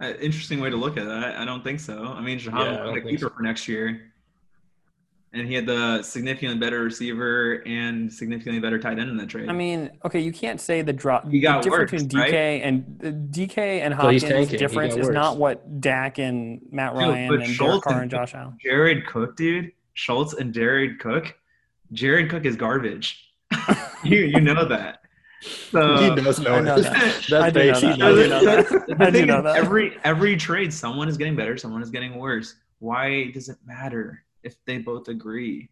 Uh, interesting way to look at it. I, I don't think so. I mean, Shaham
Yeah, I
yeah,
don't
a
think
keeper for next year, and he had the significantly better receiver and significantly better tight end in that trade.
I mean, okay, you can't say the drop.
He got
the difference
worse,
between DK
right?
and uh, DK and
Well, he's
Hopkins
tanking. He
difference
got
is
worse.
not what Dak and Matt
Dude,
Ryan
but
and Derek
Schultz
Carr
and-
and Josh Allen.
Jared Cook, dude, Schultz and Jared Cook. Jared Cook is garbage. you you know that. So,
he does know,
I know
it.
that. I
That's
do know
big. He
that. Uh, I do
knows
know that.
it.
the
I do
thing
know
is,
that.
every every trade, someone is getting better, someone is getting worse. Why does it matter if they both agree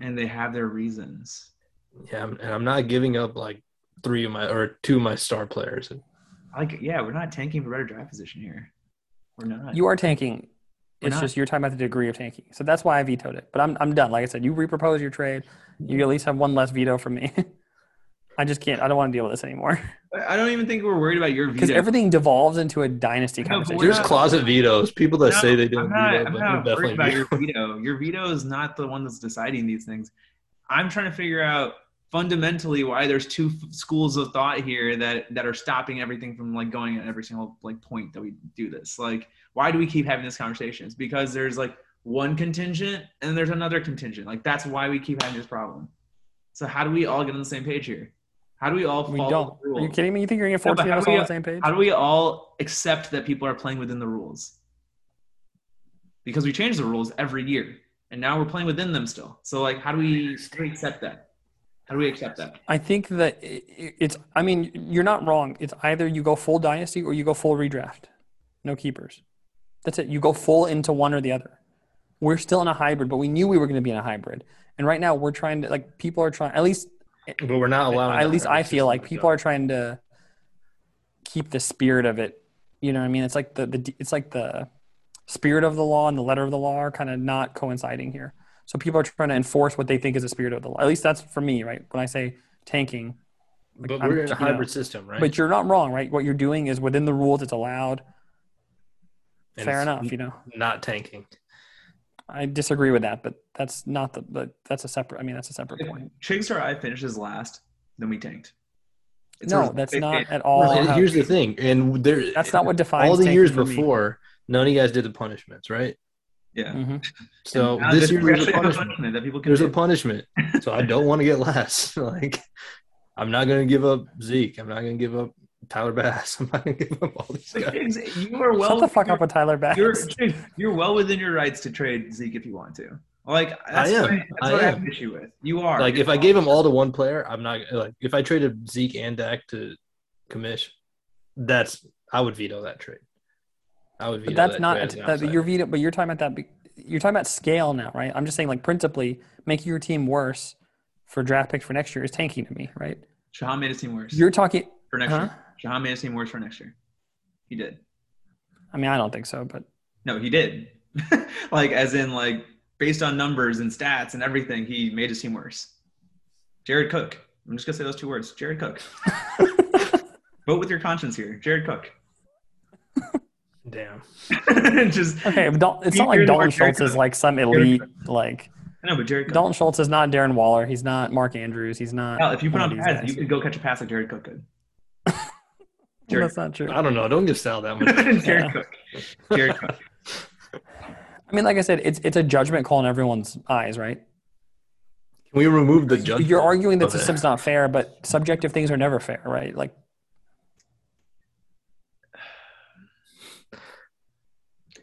and they have their reasons?
Yeah, I'm- and I'm not giving up like three of my or two of my star players.
Like, yeah, we're not tanking for better draft position here. We're not.
You are tanking.
We're
It's
not.
just you're talking about the degree of tanking. So that's why I vetoed it. But I'm, I'm done. Like I said, you repropose your trade. You at least have one less veto from me. I just can't. I don't want to deal with this anymore
I- I don't even think we're worried about your
because
veto.
everything devolves into a dynasty
No, but we're
conversation.
There's
not-
closet vetoes. People that
No,
say they
I'm
don't
not,
veto,
I'm
but
not
they're
worried
definitely
about
veto.
your veto. Your veto is not the one that's deciding these things. I'm trying to figure out fundamentally why there's two f- schools of thought here that that are stopping everything from like going at every single like point that we do this. Like, why do we keep having these conversations? Because there's like one contingent and there's another contingent. Like that's why we keep having this problem. So how do we all get on the same page here? How do we all
we
follow
don't.
the
Are you
rules?
kidding me? You think you're going to get
No, but
14
how
of us
do
all on
we-
the same page?
How do we all accept that people are playing within the rules? Because we change the rules every year, and now we're playing within them still. So, like, how do we, how do we accept that? How do we accept that?
I think that i- i- it's. I mean, you're not wrong. It's either you go full dynasty or you go full redraft. No keepers. That's it. You go full into one or the other. We're still in a hybrid, but we knew we were going to be in a hybrid. And right now, we're trying to like people are trying. At least,
But we're not allowing.
at
that
least I feel
conversation
like
to
people
go.
are trying to keep the spirit of it. You know what I mean? It's like the, the d- it's like the spirit of the law and the letter of the law are kind of not coinciding here. So people are trying to enforce what they think is the spirit of the law. At least that's for me, right? When I say tanking,
But
I'm-
we're in
you
a
know.
hybrid system, right?
but you're not wrong, right? What you're doing is within the rules. It's allowed.
And
Fair
it's
enough. You know,
Not tanking.
I disagree with that, but that's not the. But that's a separate. I mean, that's a separate point.
Chiggs or I finishes last, then we tanked. It's
no,
a-
that's
it-
not
it-
at all.
And
how-
here's the thing, and there.
that's not what defines
all the
tanking
years
for me.
before. None of you guys did the punishments, right?
yeah.
Mhm.
So
Now
this
there's-
year
we
there's a
actually have
punishment.
punishment that people can
There's a
do.
punishment, so I don't want to get last. Like, I'm not going to give up Zeke. I'm not going to give up Tyler Bass. I'm not going to give up all these
But
guys.
Chiggs, You are well.
Shut the fuck
you're-
up with Tyler Bass.
You're, Chiggs, you're well within your rights to trade Zeke if you want to. Like that's
I am.
what I, that's
I
what I have
am.
an issue with. You are
Like if I gave him all to one player, I'm not like if I traded Zeke and Dak to Commish, that's I would veto that trade. I would veto
But that's
that
not
trade
a-
as an
that,
outsider.
you're veto, but you're talking about that. be- You're talking about scale now, right? I'm just saying, like principally, making your team worse for draft picks for next year is tanking to me, right?
Shahan made his team worse.
You're talking.
for next
Huh?
year. Jahan made his team worse for next year. He did.
I mean, I don't think so, but
No, he did. like as in like based on numbers and stats and everything, he made his team worse. Jared Cook. I'm just gonna say those two words. Jared Cook. Vote with your conscience here. Jared Cook.
Damn.
just
okay. but Dal- it's
You're
not like
the
Dalton
one
Schultz
character.
is like some elite like.
no, but Jared Cook.
Dalton Schultz is not Darren Waller. He's not Mark Andrews. He's not.
Hell, if you put on
one of these
pads,
guys.
you could go catch a pass like Jared Cook could.
Well,
Jared,
that's not true.
I don't know. Don't give Sal that much.
Jared
Yeah.
Cook. Jared Cook.
I mean, like I said, it's it's a judgment call in everyone's eyes, right?
Can we remove the judge?
You're arguing that
Okay.
system's not fair, but subjective things are never fair, right? Like,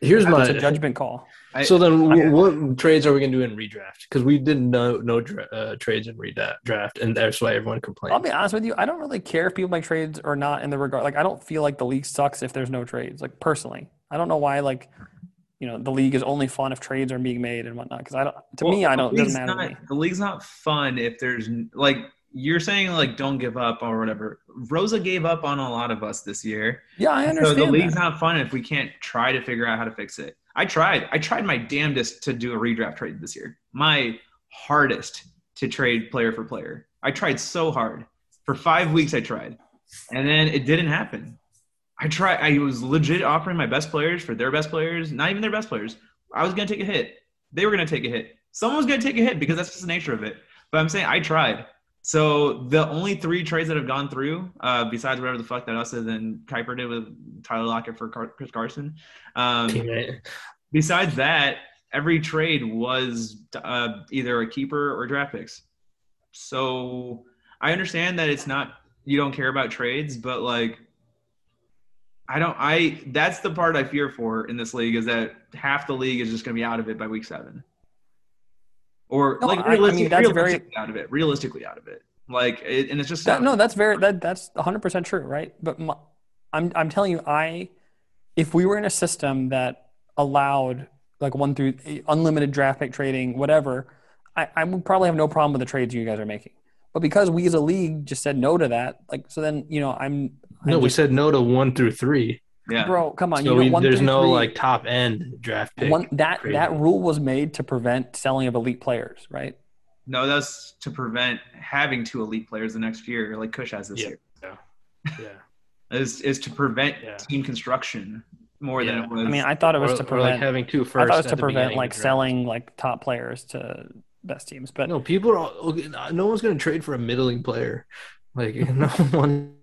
Here's my
it's a judgment call.
So then, wh- what trades are we going to do in redraft? Because we did no no dra- uh, trades in redraft, draft, and that's why everyone
I'll
complained.
be honest with you. I don't really care if people make trades or not in the regard. Like, I don't feel like the league sucks if there's no trades. Like, personally, I don't know why. Like, you know, the league is only fun if trades are being made and whatnot. Because I don't. To me,
Well,
I don't. It
the
doesn't
league's
matter. to
not-
me.
The league's not fun if there's n- like you're saying like don't give up or whatever. Rosa gave up on a lot of us this year.
Yeah, I
So
understand.
the league's
that.
not fun if we can't try to figure out how to fix it. I tried. I tried my damnedest to do a redraft trade this year. My hardest to trade player for player. I tried so hard. For 5 weeks I tried. And then it didn't happen. I tried I was legit offering my best players for their best players, not even their best players. I was going to take a hit. They were going to take a hit. Someone was going to take a hit because that's just the nature of it. But I'm saying I tried. So the only three trades that have gone through, uh, besides whatever the fuck that us is and Kuiper did with Tyler Lockett for Car- Chris Carson, um,
Teammate.
besides that, every trade was uh, either a keeper or draft picks. So I understand that it's not you don't care about trades, but like I don't I that's the part I fear for in this league is that half the league is just going to be out of it by week 7. Or
No,
like
I- I mean,
realistic-
that's very-
realistically out of it. Realistically out of it. Like, it, and it's just
That, no, that's very that that's 100% true, right? But my, I'm I'm telling you I if we were in a system that allowed like one through eh, unlimited draft pick trading, whatever, I, I would probably have no problem with the trades you guys are making. But because we as a league just said no to that, like so then, you know, I'm, I'm
No, we
just-
said no to one through three.
yeah.
bro, come on,
So
you know,
we,
one
there's
through
no
three-
like top end draft pick.
one that
crazy.
that rule was made to prevent selling of elite players, right?
No, that's to prevent having two elite players the next year, like Kush has this
Yeah.
year.
yeah.
Is is to prevent
Yeah.
team construction more than
Yeah.
it was.
I mean, I thought it was
Or-
to
or, like
prevent
having two
I
first.
thought it was
at
to
the
prevent
beginning of
like
the draft.
selling like top players to best teams, but
No, people are. all- okay, no- No one's going to trade for a middling player. Like no one.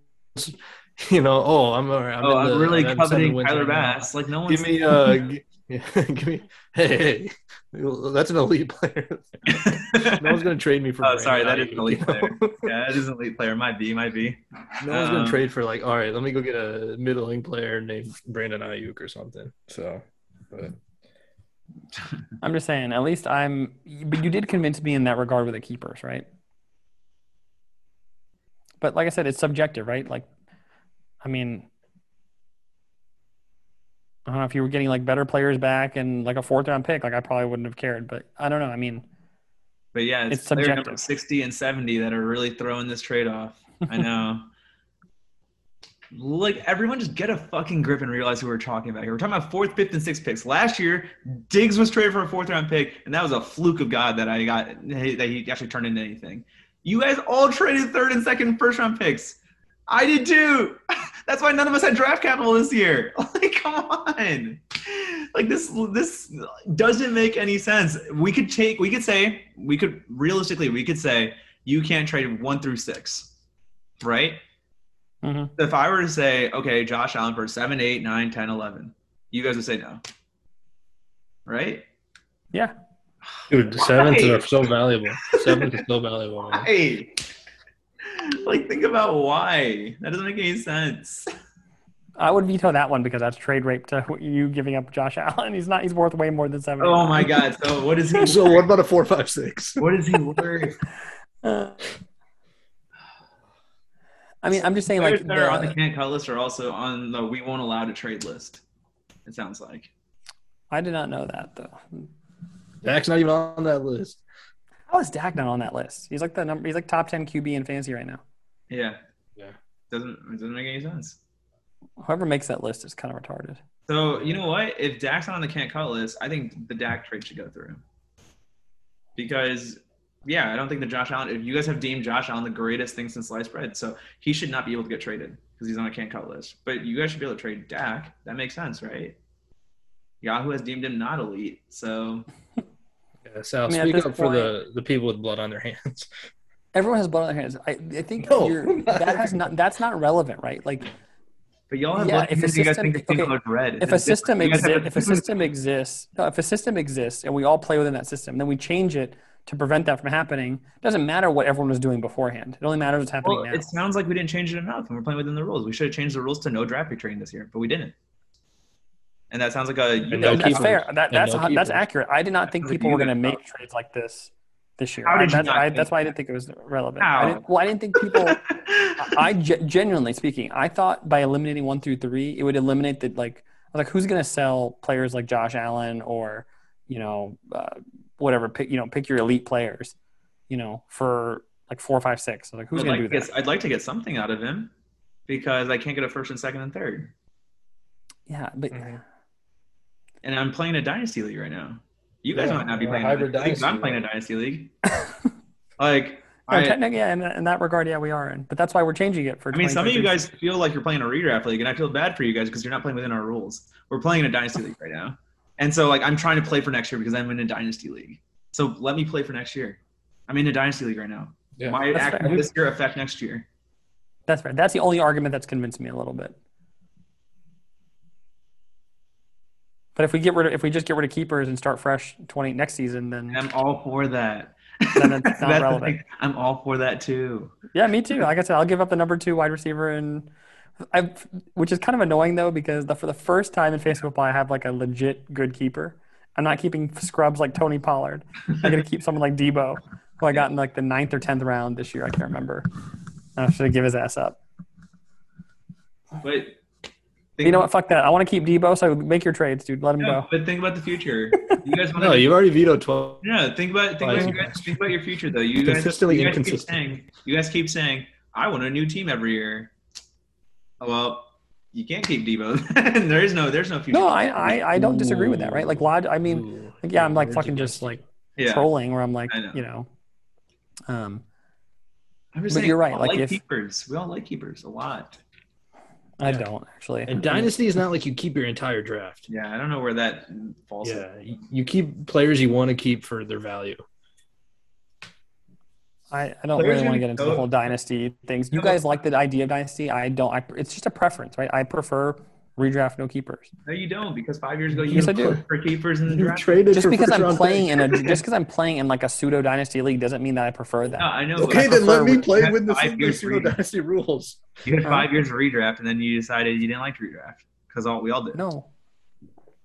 You know. Oh, I'm. all right, I'm
oh,
in
I'm
the-
really
I'm
coveting
seven wins
Tyler
right now.
Bass. Like no one's
Give me. Uh, g- yeah, give me. Hey, hey, well, that's an elite player. No one's going to trade me for.
Oh, sorry, that
Brandon
is an
Ayuk,
elite
you
player.
know?
yeah, that is an elite player. Might be, might be.
No one's going
Um,
to trade for like. All right, let me go get a middling player named Brandon Ayuk or something. So. But
I'm just saying, at least I'm. But you did convince me in that regard with the keepers, right? But like I said, it's subjective, right? Like, I mean, I don't know if you were getting like better players back and like a fourth round pick, like I probably wouldn't have cared. But I don't know. I mean,
But yeah, it's,
It's
player number
subjective.
60 and 70 that are really throwing this trade off. I know. Like everyone, just get a fucking grip and realize who we're talking about here. We're talking about fourth, fifth, and sixth picks. Last year, Diggs was traded for a fourth round pick, and that was a fluke of God that I got that he actually turned into anything. You guys all traded third and second first round picks. I did too. That's why none of us had draft capital this year. Like, come on. Like this this doesn't make any sense. We could take we could say we could realistically we could say you can't trade one through six. Right?
mhm.
If I were to say, okay, Josh Allen for seven, eight, nine, ten, eleven, you guys would say no. Right?
yeah,
dude, the seventh
Why?
are so valuable. Seventh is so valuable. Man.
Why? Like think about why. That doesn't make any sense.
I would veto that one because that's trade rape to you giving up Josh Allen. He's not. He's worth way more than seven.
Oh my god. So what is he
So what about a four, five, six?
what is he worth?
Uh, I mean, I'm just saying,
Players
like,
that are on
the-
the can't cut list are also on the we won't allow to trade list. It sounds like.
I did not know that though.
Dak's not even on that list.
How is Dak not on that list? He's like the number. He's like top ten QB in fantasy right now.
Yeah.
Yeah.
Doesn't it doesn't make any sense.
Whoever makes that list is kind of retarded.
So you know what? If Dak's not on the can't cut list, I think the Dak trade should go through. Because yeah, I don't think that Josh Allen. If you guys have deemed Josh Allen the greatest thing since sliced bread, so he should not be able to get traded because he's on a can't cut list. But you guys should be able to trade Dak. That makes sense, right? Yahoo has deemed him not elite, so
Yeah, Sal,
I mean, at
speak
this
up for
point-
the, the people with blood on their hands.
Everyone has blood on their hands. I, I think
No.
you're, that has not. That's not relevant, right? Like,
But y'all have
Yeah,
yeah,
if a
you guys
system-
think the same
okay,
color red. It's
if a
different.
system
You guys have
exists, if a system exists, no, if a system exists, and we all play within that system, then we change it to prevent that from happening. It doesn't matter what everyone was doing beforehand. It only matters what's happening
well,
now.
it sounds like we didn't change it enough, and we're playing within the rules. We should have changed the rules to no draft pick trading this year, but we didn't. And that sounds like a you
And
know,
no
That's
keepers.
fair. That,
And
that's
no
that's
keepers.
accurate. I did not think
That's what
people
you
were going to
guys
make trades like this this year.
How
I-
did you
that's,
not
I,
think
that's why I didn't think it was relevant.
How?
I didn't, well, I didn't think people. I- I ge- genuinely speaking, I thought by eliminating one through three, it would eliminate the like. I was like, who's going to sell players like Josh Allen or you know uh, whatever? Pick you know pick your elite players, you know for like four, five, six. I was like, who's
I'd,
going
like
to
to
do that?
get, I'd like to get something out of him because I can't get a first and second and third,
Yeah, but
Mm-hmm.
Mhm.
and I'm playing a dynasty league right now. You guys
Yeah,
might not be
a
playing a
hybrid
dynasty league, but I'm
dynasty
playing a dynasty league. like
no,
I,
technically, yeah, in, in that regard, yeah, we are in. But that's why we're changing it for.
I mean, some of you
2023.
guys feel like you're playing a redraft league, and I feel bad for you guys because you're not playing within our rules. We're playing in a dynasty league right now, and so like I'm trying to play for next year because I'm in a dynasty league. So let me play for next year. I'm in a dynasty league right now.
Yeah.
My
That's
action
fair.
this year affect next year.
That's right. That's the only argument that's convinced me a little bit. But if we get rid of, if we just get rid of keepers and start fresh twenty next season, then
And I'm all for that.
Then it's not
That's the
relevant.
thing. I'm all for that too.
yeah, me too. Like I said, I'll give up the number two wide receiver, and I, which is kind of annoying though because the, for the first time in fantasy football, I have like a legit good keeper. I'm not keeping scrubs like Tony Pollard. I'm gonna keep someone like Debo. who I got in like the ninth or tenth round this year. I can't remember. I should give his ass up.
But
But you know what? Fuck that. I want to keep Debo. So make your trades, dude. Let him
No,
go.
but think about the future. You guys want
No, you've already vetoed 12.
Yeah, think about think about,
Like-
you guys, think about your future though. You guys,
Consistently
you guys
inconsistent.
Keep saying, you guys keep saying, "I want a new team every year." Oh, Well, you can't keep Debo. there's no, there's no future.
No, I, I, I don't disagree with that, right? Like, log- I mean, like, yeah, I'm like fucking just like
yeah,
trolling where I'm like,
I know.
you know, um,
I'm just
but
saying,
you're right,
we all
like,
like
if-
keepers, we all like keepers a lot.
I
Yeah.
don't actually.
And Dynasty is not like you keep your entire draft.
Yeah, I don't know where that falls.
Yeah, you keep players you want to keep for their value.
I, I don't
Players
really want
gonna
to get into
go-
the whole dynasty things. You
No.
guys like the idea of dynasty. I don't. I, it's just a preference, right? I prefer redraft no keepers.
No, you don't, because five years ago you
Yes, I
were
do.
for keepers in the
You
draft.
traded
Just
your
because
first
I'm
round
playing
pick.
in a just because I'm playing in like a pseudo dynasty league doesn't mean that I prefer
no,
that.
I know.
Okay,
but
then let me
you
play
had
with the
five
Super
years
Pseudo
redraft.
Dynasty rules.
You had five years of redraft, and then you decided you didn't like redraft because all we all did.
No,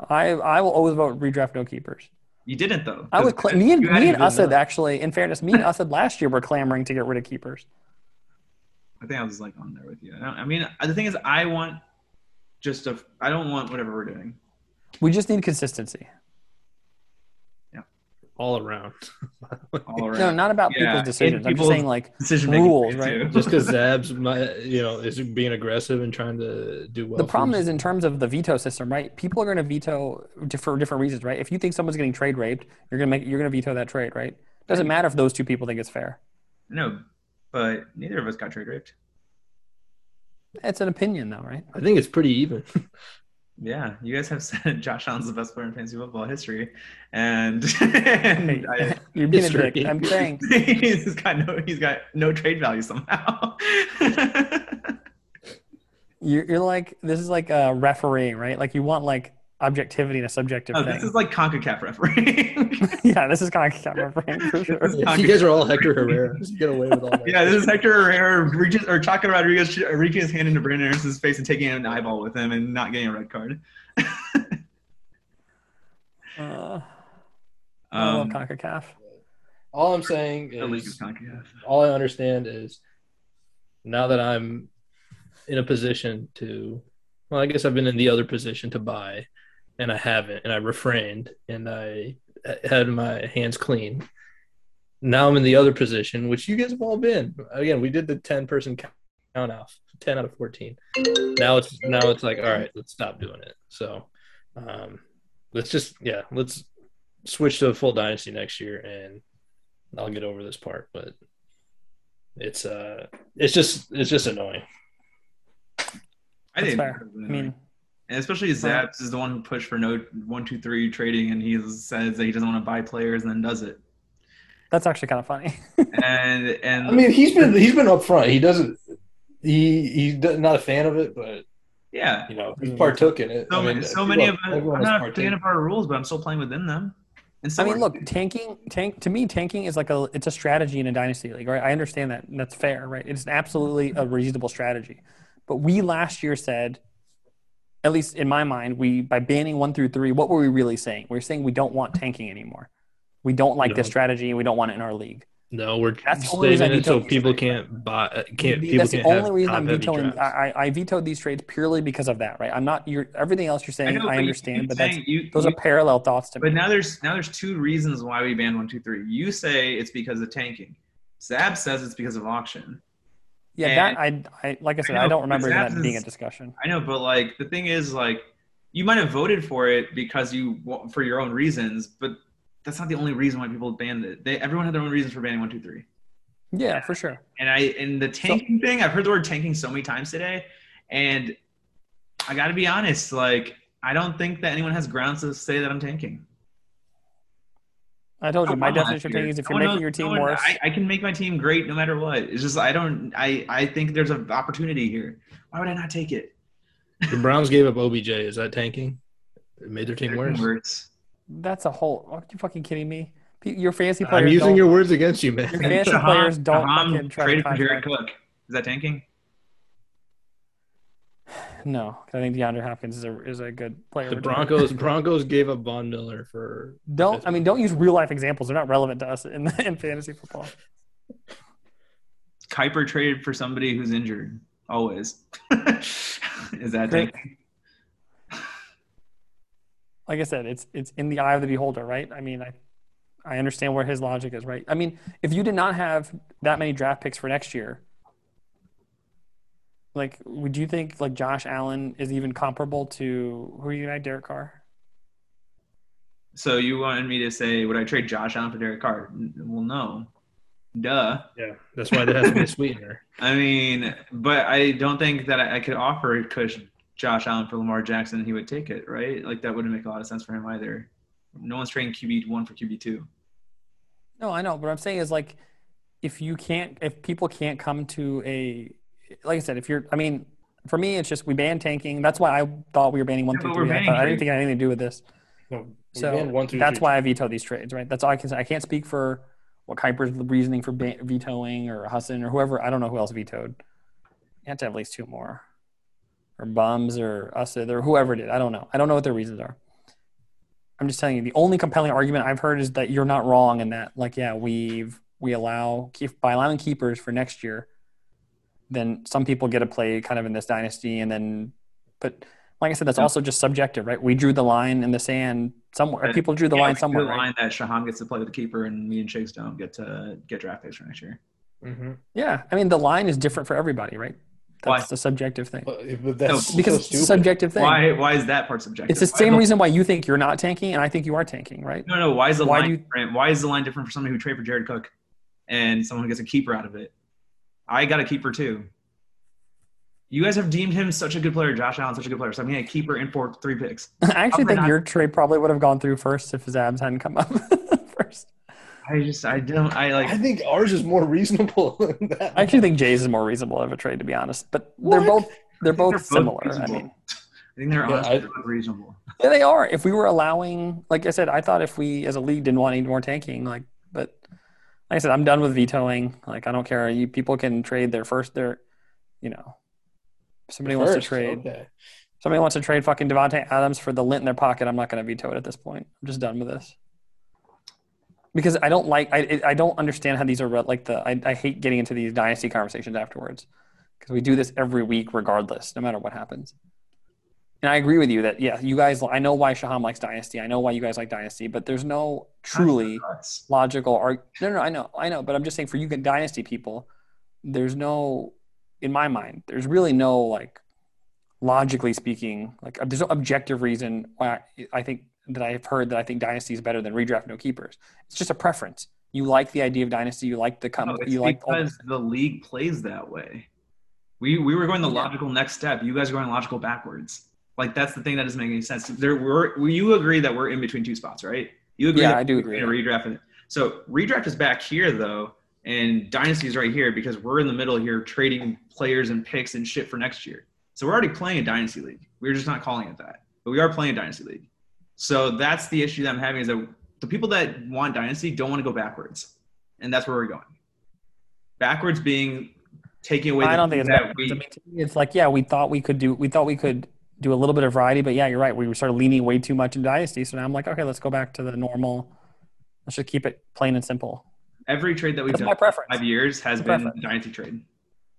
I I will always vote redraft no keepers.
You didn't though.
I was
Because
cla me and
you had
me
it
and
in
Usad
the-
actually. In fairness, me and Usad last year were clamoring to get rid of keepers.
I think I was like on there with you. I, don't, I mean, the thing is, I want just a. I don't want whatever we're doing.
We just need consistency.
all around.
All around.
No, not about
Yeah,
people's
and
decisions. I'm just
people-
saying like
decision
rules, right?
Just because Zab's, my, you know, is being aggressive and trying to do well.
the problem
for
is in terms of the veto system, right? People are going to veto diff- for different reasons, right? If you think someone's getting trade raped, you're going to make you're going to veto that trade, right? Doesn't matter if those two people think it's fair.
no, but neither of us got trade raped.
It's an opinion, though, right?
I think it's pretty even.
Yeah, you guys have said Josh Allen's the best player in fantasy football history, and, and I,
You're being
History.
a dick. I'm saying
he's got no he's got no trade value somehow.
you're, you're like this is like uh, refereeing, right? Like you want like objectivity and a subjective
oh,
thing.
this is like Concacaf refereeing.
yeah, this is kind of kind of refereeing for sure.
This is
you guys are all Hector Herrera. Just get away with all that.
Yeah, this is Hector Herrera reaches, or Chaco Rodriguez sh- reaching his hand into Brandon Anderson's face and taking an eyeball with him and not getting a red card.
Uh, I love
Um,
Concacaf.
all I'm saying
the league
is
of CONCACAF.
all I understand is now that I'm in a position to, well, I guess I've been in the other position to buy, and I haven't, and I refrained, and I had my hands clean. Now I'm in the other position, which you guys have all been. Again, we did the 10 person count off, 10 out of 14. Now it's now it's like, all right, let's stop doing it. So, um, let's just yeah, let's switch to a full dynasty next year, and I'll get over this part. But it's uh it's just it's just annoying
I think,
fair. I mean,
and especially Zaps is the one who pushed for no one two three trading, and he says that he doesn't want to buy players and then does it.
that's actually kind of funny.
And and
i mean he's been he's been upfront he doesn't he he's not a fan of it but
yeah,
you know he
Mm-hmm.
partook in it
so,
I mean,
many, so many of us.
everyone-
I'm
everyone was
not a
partaking.
fan of our rules, but I'm still playing within them. And so
I mean, look, tanking, tank to me, tanking is like a it's a strategy in a dynasty league, right? I understand that, and that's fair, right? It's absolutely a reasonable strategy, but we last year said, at least in my mind, we by banning one through three, what were we really saying? We were saying we don't want tanking anymore. We don't like this
No.
strategy, and we don't want it in our league.
no we're
That's the only
saving
reason I
it so
vetoed these
people
trades.
can't buy uh, can't people
that's the
can't
only
have
reason I'm
top-heavy
vetoing.
drafts.
I, I, I vetoed these trades purely because of that, right? I'm not. You're everything else you're saying. I,
but you
understand,
keep
but that's
saying you,
those
you-
are parallel thoughts to me.
But now there's now there's two reasons why we banned one two three. You say it's because of tanking. Zab says it's because of auction.
yeah, that I, I like I said, I,
know,
don't remember
because
that being a
that's-
discussion.
I know, but like the thing is, like you might have voted for it because you wa- for your own reasons, but that's not the only reason why people banned it. They everyone had their own reasons for banning one two three.
Yeah, for sure.
And I and the tanking thing, I've heard the word tanking so many times today, and I got to be honest, like I don't think that anyone has grounds to say that I'm tanking.
I told you my
Come on,
definition of
dude. Oh,
tanking is
No
if you're
one
making
knows-
your team
no one-
worse.
I, I can make my team great no matter what. It's just I don't. I I think there's an opportunity here. Why would I not take it?
the browns gave up obj is that tanking it made their team worse
Words.
that's a whole. Are you fucking kidding me? P- Your fantasy players.
i'm using
don't-
your words against you
Your
man
fantasy players don't fucking try to
traded for Jared Cook.
contract.
Is that tanking?
No, 'cause I think DeAndre Hopkins is a is a good player.
The
returner.
Broncos Broncos gave up Von Miller for
Don't I mean don't use real life examples. They're not relevant to us in in fantasy football.
Kuiper traded for somebody who's injured. Always. Is that
Great. Like I said, it's it's in the eye of the beholder, right? I mean, I I understand where his logic is, right? I mean, if you did not have that many draft picks for next year, like would you think like Josh Allen is even comparable to who are you at Derek Carr?
So you wanted me to say, would I trade Josh Allen for Derek Carr? N- Well, no. Duh.
Yeah, that's why there has to be a sweetener.
I mean, but I don't think that I, I could offer Kush Josh Allen for Lamar Jackson and he would take it, right? Like that wouldn't make a lot of sense for him either. No one's trading QB one for QB two.
No, I know. What I'm saying is like, if you can't, if people can't come to a, like I said, if you're, I mean, for me, it's just we ban tanking. That's why I thought we were banning one
Yeah,
through
but we're
three. I,
banning
thought- I
three.
didn't think it had anything to do with this.
Well, we
So
banned one through
that's
three.
why I veto these trades, right? That's all I can say. I can't speak for what Kuiper's reasoning for ban- vetoing or Husson or whoever. I don't know who else vetoed. You have to have at least two more, or Bums or Ussid or whoever did. I don't know. I don't know what their reasons are. I'm just telling you. The only compelling argument I've heard is that you're not wrong in that, like, yeah, we've we allow if by allowing keepers for next year, then some people get to play kind of in this dynasty, and then, but like I said, that's
Yeah.
also just subjective, right? We drew the line in the sand somewhere.
Right.
People drew the
Yeah, we
line
drew
somewhere.
The
right?
line that Shaham gets to play with the keeper and me and Shakes don't get to get draft picks for next year.
Mhm.
Yeah, I mean the line is different for everybody, right?
Why?
That's the subjective thing.
But, but that's
No,
Because
so
it's
stupid.
a subjective thing.
Why? Why is that part subjective?
It's the
Why
same
the-
reason why you think you're not tanking and I think you are tanking, right?
No, no. Why is the
Why
line
do you-
different? Why is the line different for somebody who traded for Jared Cook, and someone who gets a keeper out of it? I got a keeper too. You guys have deemed him such a good player, Josh Allen, such a good player. So I'm getting a keeper in for three picks.
I
Probably
actually think
not.
your trade probably would have gone through first if his abs hadn't come up first.
I just, I don't, I
I
like.
think ours is more reasonable than that.
I actually think Jay's is more reasonable of a trade, to be honest. But they're
What?
both they're both
they're both
similar. I
reasonable.
mean,
I think they're
Yeah,
honestly
I-
both reasonable.
yeah, they are. If we were allowing, like I said, I thought if we as a league didn't want any more tanking, like, but like I said, I'm done with vetoing. Like, I don't care. You people can trade their first, their, you know, somebody wants to
First,
trade.
Okay.
Somebody wants to trade fucking Devontae Adams for the lint in their pocket. I'm not going to veto it at this point. I'm just done with this because I don't like. I it- I don't understand how these are re- like the. I, I hate getting into these dynasty conversations afterwards because we do this every week regardless, no matter what happens. And I agree with you that yeah, you guys. I know why Shaham likes dynasty. I know why you guys like dynasty, but there's no truly
Us.
logical arg no, no no i know i know but i'm just saying for you good dynasty people there's no in my mind there's really no like logically speaking like there's no objective reason why i, I think that i have heard that i think dynasty is better than redraft no keepers it's just a preference you like the idea of dynasty you like the
No,
com-
it's
you like all
because the league plays that way. We we were going the
Yeah.
logical next step. You guys are going logical backwards. Like that's the thing that doesn't make any sense. There were we- you agree that we're in between two spots, right? You agree
Yeah,
that
I do
we're
agree.
in a redraft. and- So redraft is back here though, and dynasty is right here because we're in the middle here trading players and picks and shit for next year. So we're already playing a dynasty league. We're just not calling it that, but we are playing a dynasty league. So that's the issue that I'm having is that the people that want dynasty don't want to go backwards, and that's where we're going. Backwards being taking away.
i
the
don't think it's
that
backwards.
we-
I mean, to me, it's like yeah we thought we could do we thought we could do a little bit of variety but yeah you're right we started leaning way too much in dynasty so now i'm like okay let's go back to the normal let's just keep it plain and simple
every trade that we've
that's
done
my preference
in five years has
My
been
preference.
the dynasty trade.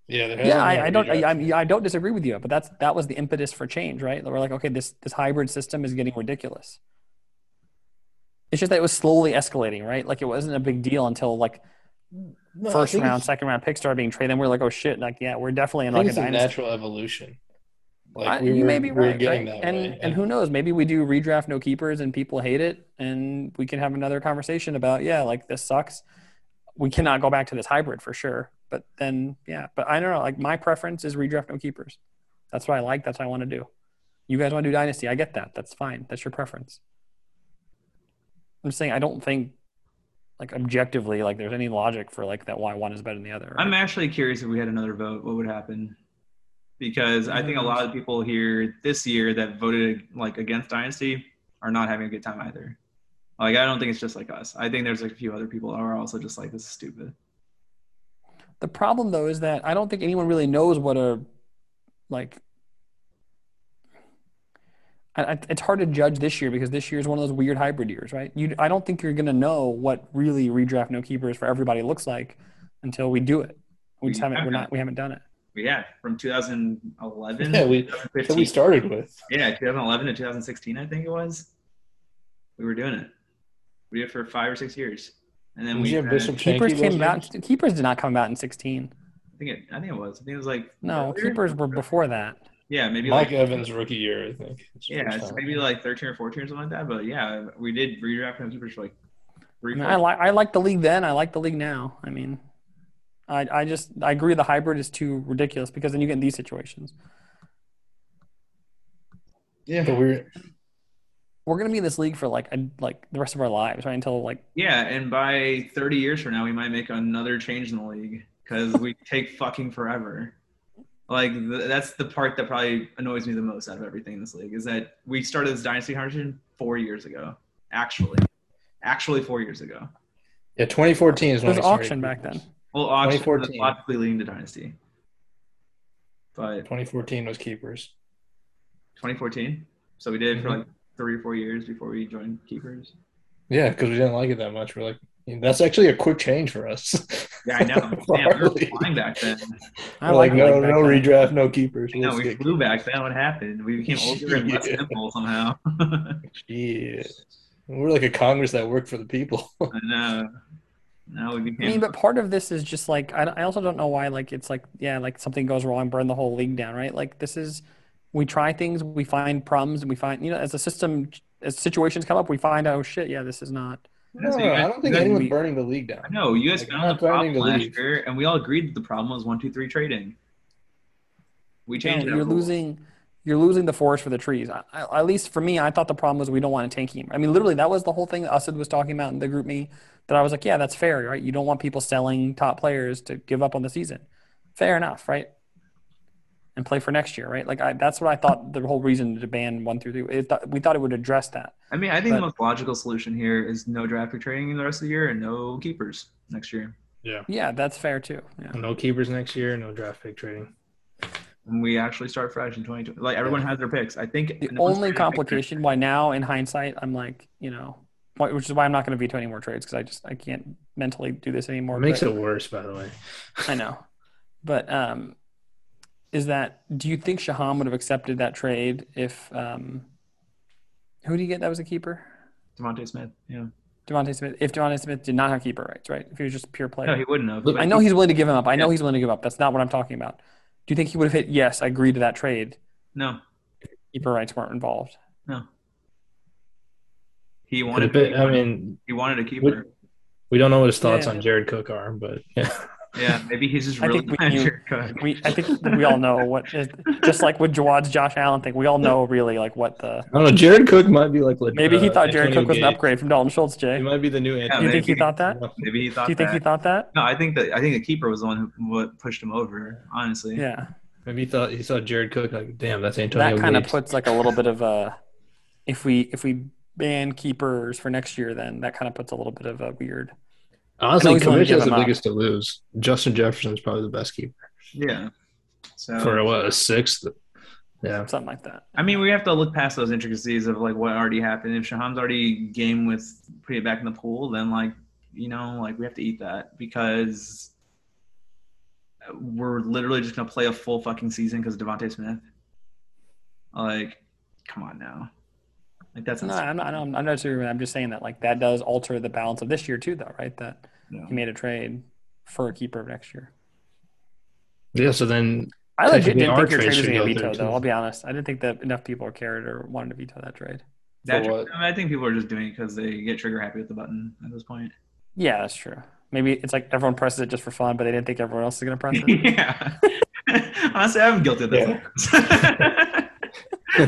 Yeah, there
yeah,
hasn't
I,
been
I
a
don't.
redraft
I, I'm-
yet.
yeah, I don't disagree with you, but that's that was the impetus for change, right? That We're like, okay, this this hybrid system is getting ridiculous. It's just that it was slowly escalating, right? Like it wasn't a big deal until like
No, I
first
think
round,
it's-
second round picks started being traded, and we are like, oh shit, like yeah, we're definitely in
I
like
think
a
it's a
dynasty.
natural evolution.
I-
Like we
you
were,
may be
we were
right,
getting
right?
that
and
way.
and who knows? Maybe we do redraft no keepers, and people hate it, and we can have another conversation about yeah, like this sucks. We cannot go back to this hybrid for sure. But then yeah, but I don't know. Like my preference is redraft no keepers. That's what I like. That's what I want to do. You guys want to do dynasty? I get that. That's fine. That's your preference. I'm just saying I don't think like objectively like there's any logic for like that why one is better than the other.
I'm actually curious if we had another vote, what would happen? Because I think a lot of people here this year that voted like against dynasty are not having a good time either. Like I don't think it's just like us. I think there's like a few other people who are also just like this is stupid.
The problem though is that I don't think anyone really knows what a like I, I- it's hard to judge this year because this year is one of those weird hybrid years, right? You, I don't think you're going to know what really redraft no keepers for everybody looks like until we do it. We just
We
haven't. We're
haven't.
not. We haven't done it.
Yeah, from 2011.
Yeah, we-
2015.
That we started with.
Yeah, 2011 to 2016, I think it was. We were doing it. We did it for five or six years, and then
Did
we.
you have
then-
Bishop Shanky
Keepers
those
came out. Keepers did not come out in 16.
I think it. I think it was. I think it was like.
No,
earlier.
keepers were before that.
Yeah, maybe
years? Mike
like.
Evans rookie year, I think. It's the
Yeah,
first
it's
time.
maybe like 13 or 14 or something like that. But yeah, we did redraft no keepers for like
I,
three.
mean,
four-
I like. I like the league then. I like the league now. I mean, I. I just. I agree. The hybrid is too ridiculous because then you get in these situations.
Yeah, but we're
We're gonna be in this league for like a, like the rest of our lives, right? Until like
yeah, and by 30 years from now, we might make another change in the league because we take fucking forever. Like th- that's the part that probably annoys me the most out of everything in this league is that we started this dynasty conversation four years ago, actually, actually four years ago.
yeah. 2014 is when
there's
we started
auction back then.
keepers.
Well, auction was
2014.
logically leading to dynasty, but
2014 was keepers.
2014. So we did it for
Mm-hmm.
like three or four years before we joined keepers.
Yeah, because we didn't like it that much. We're like, that's actually a quick change for us.
Yeah, I know. Damn, we were flying back then.
I
We're like,
the league
no,
back
no
then.
redraft, no keepers.
No,
Let's
we
get
flew back then. What happened? We became older and less
Yeah.
simple somehow.
Shit. We're like a Congress that worked for the people.
I know. Now we
I mean,
became.
but part of this is just like I, I also don't know why like it's like yeah like something goes wrong, burn the whole league down, right? Like this is we try things, we find problems, and we find you know as the system as situations come up, we find oh shit yeah this is not
no,
So you guys-
I don't
you
think
guys-
anyone's
we-
burning the league down.
I know you guys
Like,
found
I'm
the
not
problem
planning to
last
leave.
year, and we all agreed that the problem was one, two, three trading. We
you know,
changed. that
you're
rule.
losing you're losing the forest for the trees. I, I, at least for me, I thought the problem was we don't want to tank him. I mean, literally that was the whole thing that Usad was talking about in the group me that I was like yeah that's fair right. You don't want people selling top players to give up on the season. Fair enough, right? and play for next year, right? Like I, that's what I thought the whole reason to ban one through three. It thought, we thought it would address that.
I mean, I think the
but-
most logical solution here is no draft or trading in the rest of the year and no keepers next year.
Yeah.
Yeah, that's fair too. Yeah.
No keepers next year, no draft pick trading.
And we actually start fresh in 2020. Like everyone has their picks. I think
The
no one's
only
trading their picks.
complication why now in hindsight I'm like you know, why- which is why I'm not going to veto any more trades because I just I can't mentally do this anymore.
It makes
but-
it worse, by the way.
I know, but um, is that do you think Shaham would have accepted that trade if um, who do you get that was a keeper?
Devontae Smith. Yeah.
Devontae Smith. If Devontae Smith did not have keeper rights, right? If he was just a pure player,
No, he wouldn't have.
I know he's willing to give him up. I know he's willing to give up. That's not what I'm talking about. Do you think he would have hit yes, I agree to that trade?
No,
Keeper rights weren't involved.
he
But,
wanted.
I mean,
he wanted a keeper.
we don't know what his thoughts
Yeah.
on Jared Cook are, but yeah.
Yeah, maybe he's just
I
really
think we
mad
knew-
Jared Cook.
We, I think we all know what, just like with Jawad's Josh Allen thing, we all know really like what the.
I don't know. Jared Cook might be like.
Maybe he thought Jared Cook was an
upgrade.
upgrade from Dalton Schultz, Jay.
Uh, He
Do
might be the new Anthony.
you think he
maybe.
thought that?
Maybe he thought
Do you think
that.
he thought that?
no, I think that I think the keeper was the one who what pushed him over. Honestly,
Yeah.
Maybe he thought he saw Jared Cook like, damn, that's Antonio.
That kind of
Gates.
puts like a little bit of a. If we if we ban keepers for next year, then that kind of puts a little bit of a weird. I
Honestly,
know he's willing to
Kamish
give
has the
him up.
biggest to lose. Justin Jefferson is probably the best keeper
yeah. So
for what a sixth. Yeah,
something like that.
I mean, we have to look past those intricacies of like what already happened. If Shaham's already game with putting it back in the pool, then like you know, like we have to eat that because we're literally just gonna play a full fucking season because of Devontae Smith. Like, come on now. Like that's
No,
insane.
I'm not. I'm, I'm not disagreeing. with that. I'm just saying that like that does alter the balance of this year too, though, right? That
No.
he made a trade for a keeper of next year.
yeah. So then
I legit
Technically,
didn't
our
think your
trade
trade was
should
going to
go
veto,
through,
though.
too.
I'll be honest. I didn't think that enough people cared or wanted to veto that trade.
That
For
tri-
what?
I think people are just doing it because they get trigger happy with the button at this point.
Yeah, that's true. Maybe it's like everyone presses it just for fun, but they didn't think everyone else is going to press it.
yeah. Honestly, I'm guilty of that.
and then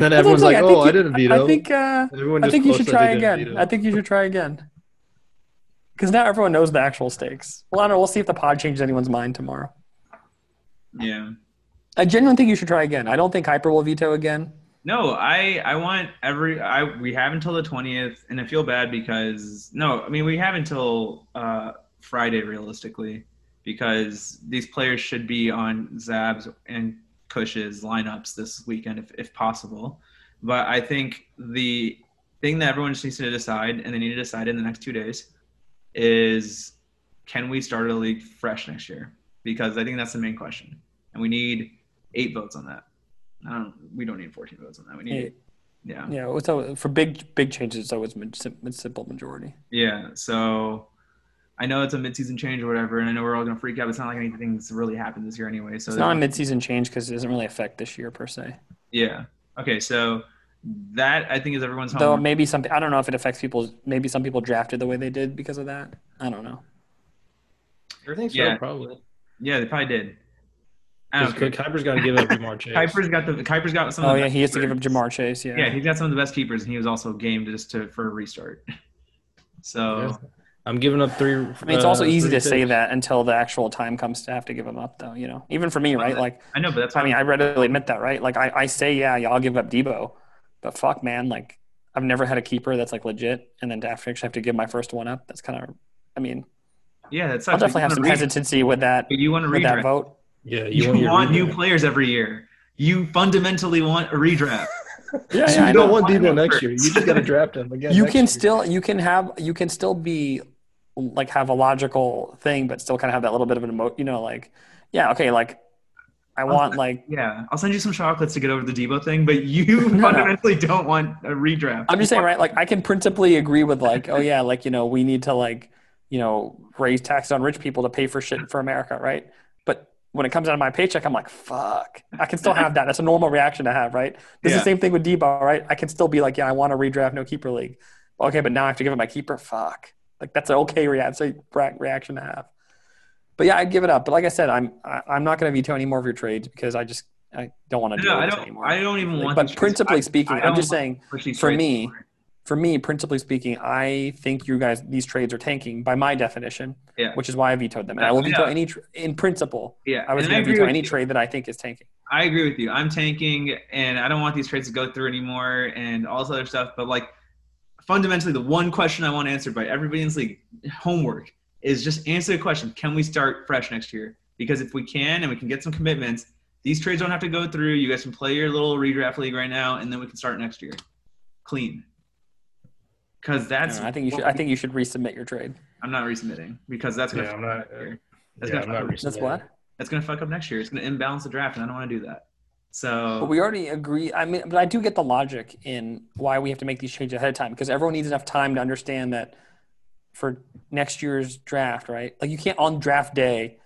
That's what I'm
everyone's like,
saying. I
oh,
think
I didn't veto.
I think. Uh,
Everyone
I
just
think you should
closed that
try
they didn't
again.
veto.
I think you should try again. Because now everyone knows the actual stakes. Well, I don't know. We'll see if the pod changes anyone's mind tomorrow.
yeah.
I genuinely think you should try again. I don't think Hyper will veto again.
No, I I want every I we have until the twentieth, and I feel bad because no, I mean we have until uh, Friday realistically, because these players should be on Zab's and Cush's lineups this weekend if if possible. But I think the thing that everyone just needs to decide, and they need to decide in the next two days, is can we start a league fresh next year? Because I think that's the main question, and we need eight votes on that. I don't. We don't need 14 votes on that. We need.
Yeah.
Yeah.
Yeah, it's always, for big big changes, it's always min- sim- it's simple majority.
Yeah. So I know it's a midseason change or whatever, and I know we're all gonna freak out. It's not like anything's really happened this year anyway. So
It's not a midseason change because it doesn't really affect this year per se.
yeah. Okay. So that I think is everyone's
Though
homework.
maybe some I don't know if it affects people. Maybe some people drafted the way they did because of that. I don't know.
Everything's
Yeah.
probably.
yeah, they probably did. I don't care.
Because Kuiper's got to give up Jamar Chase.
Kuiper's got the Kuiper's got some.
Oh
of the
yeah,
best
he has to give up
keepers.
Jamar Chase. Yeah.
Yeah, he's got some of the best keepers, and he was also game to just to for a restart. So
I'm giving up three.
I mean, it's also easy to say that until the actual time comes to have to give him up, though. You know, even for me, right?
that-
Like,
I know, but that's
I mean, I readily admit that, right? Like, I, I say, yeah, yeah, I'll give up Debo, but fuck, man, like, I've never had a keeper that's like legit, and then to have to actually have to give my first one up, that's kind of, I mean,
yeah, that sucks.
I'll
but
definitely
you
have
wanna
some
re-
hesitancy with that
but You want to
with that
redraft?
vote.
Yeah,
You,
you,
want,
want, your
new
redraft.
players every year. You fundamentally want a redraft.
Yeah,
So
yeah, I
you don't
know.
want
I know.
Debo next year. You just got to draft him again.
you
next
can
year.
still you can have you can still be like have a logical thing but still kind of have that little bit of an emo you know like yeah okay like i want like
Yeah, I'll send you some chocolates to get over the Debo thing, but you
No.
fundamentally don't want a redraft.
i'm just saying right like i can principally agree with like oh yeah like you know we need to like you know raise taxes on rich people to pay for shit for america right but when it comes out of my paycheck i'm like fuck i can still have that that's a normal reaction to have right it's
Yeah.
the same thing with debo right i can still be like yeah i want to redraft no keeper league okay but now i have to give it my keeper fuck like that's an okay reaction reaction to have but yeah i'd give it up but like i said i'm I, i'm not going to veto any more of your trades because i just i don't want to do
No, I
this
don't-
anymore
I don't even want these
but
trades.
principally
I-
speaking
I
i'm just
don't-
saying
Push these
for
trades
me-
forward.
for me, principally speaking, I think you guys these trades are tanking by my definition,
Yeah.
which is why I vetoed them. And I will veto
Yeah.
any tr in principle.
yeah,
I was
and
going to
agree
veto
with
any
you.
trade that I think is tanking.
I agree with you. I'm tanking, and I don't want these trades to go through anymore, and all this other stuff. But like, fundamentally, the one question I want answered by everybody in this league, homework, is just answer the question: Can we start fresh next year? Because if we can, and we can get some commitments, these trades don't have to go through. You guys can play your little redraft league right now, and then we can start next year, clean. Because
I, don't
that's
know, I think you should. I think you should resubmit your trade.
I'm not resubmitting because that's gonna
Yeah,
fuck
I'm not- uh,
up next year. That's
Yeah,
gonna
I'm not
fuck up,
reasonable.
That's what.
that's gonna fuck up next year. It's gonna imbalance the draft, and I don't want to do that. So Oh.
But we already agree. I mean, but I do get the logic in why we have to make these changes ahead of time because everyone needs enough time to understand that for next year's draft, right? Like you can't on draft day,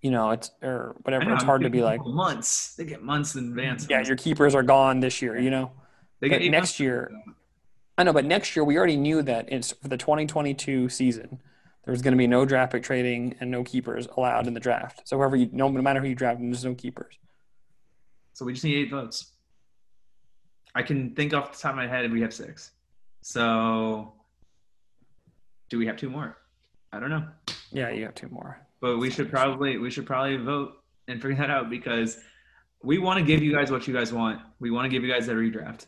you know, it's or
I
whatever.
know,
it's
I'm
hard to
giving
be like,
people months. They get months in advance.
yeah, your keepers are gone this year, you know.
they
but
eight months.
next year- I know, but next year we already knew that it's for the 2022 season. There was going to be no draft pick trading and no keepers allowed in the draft. So whoever you, no, no matter who you draft, there's no keepers.
So we just need eight votes. I can think off the top of my head, we have six. So do we have two more? I don't know,
Yeah, you have two more.
but we should probably we should probably vote and figure that out because we want to give you guys what you guys want. We want to give you guys that redraft.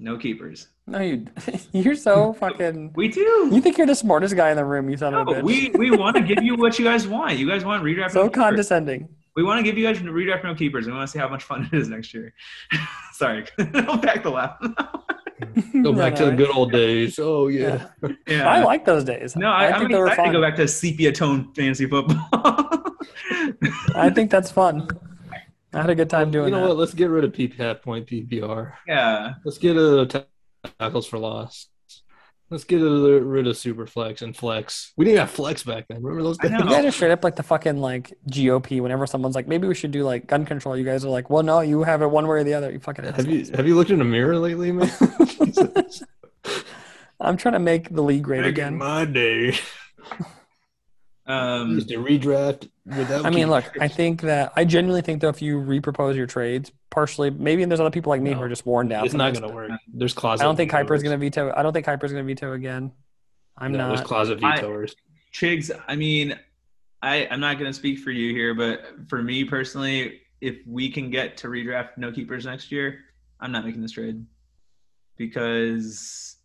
No keepers.
No, you. You're so fucking.
We do.
You think you're the smartest guy in the room? You son
No,
of a bitch.
we we want to give you what you guys want. You guys want redraft.
so
no keepers.
condescending.
We want to give you guys redraft no keepers. and We want to see how much fun it is next year. Sorry, I'll back the laugh.
Go
No,
back to
no,
the good old days. Oh yeah.
Yeah.
yeah.
I like those days.
no, I, I am
think they were
excited to
fun.
go back to sepia tone fantasy football.
I think that's fun. I had a good time doing
you know
that.
what? Let's get rid of PPAP point PPR.
yeah,
Let's get rid of ta- tackles for loss. Let's get rid of Superflex and Flex. We didn't have Flex back then. Remember those
I
days?
know.
You guys are straight up like the fucking like GOP. Whenever someone's like, maybe we should do like gun control, you guys are like, well, no, you have it one way or the other. You fucking.
Have you have you looked in a mirror lately, man? Jesus.
I'm trying to make the league great
Back in
again.
my day.
um,
Used to redraft without.
I mean, look,
keepers.
I think that I genuinely think though, if you repropose your trades, partially, maybe there's other people like me who
No.
are just worn down.
it's
from
not
this.
going to work. There's closet.
I don't think Kuiper's
vetoers.
going to veto. I don't think Kuiper's going to veto again. I'm
No, There's
not.
closet
I-
vetoers.
Chiggs. I mean, I I'm not gonna speak for you here, but for me personally, if we can get to redraft no keepers next year, I'm not making this trade because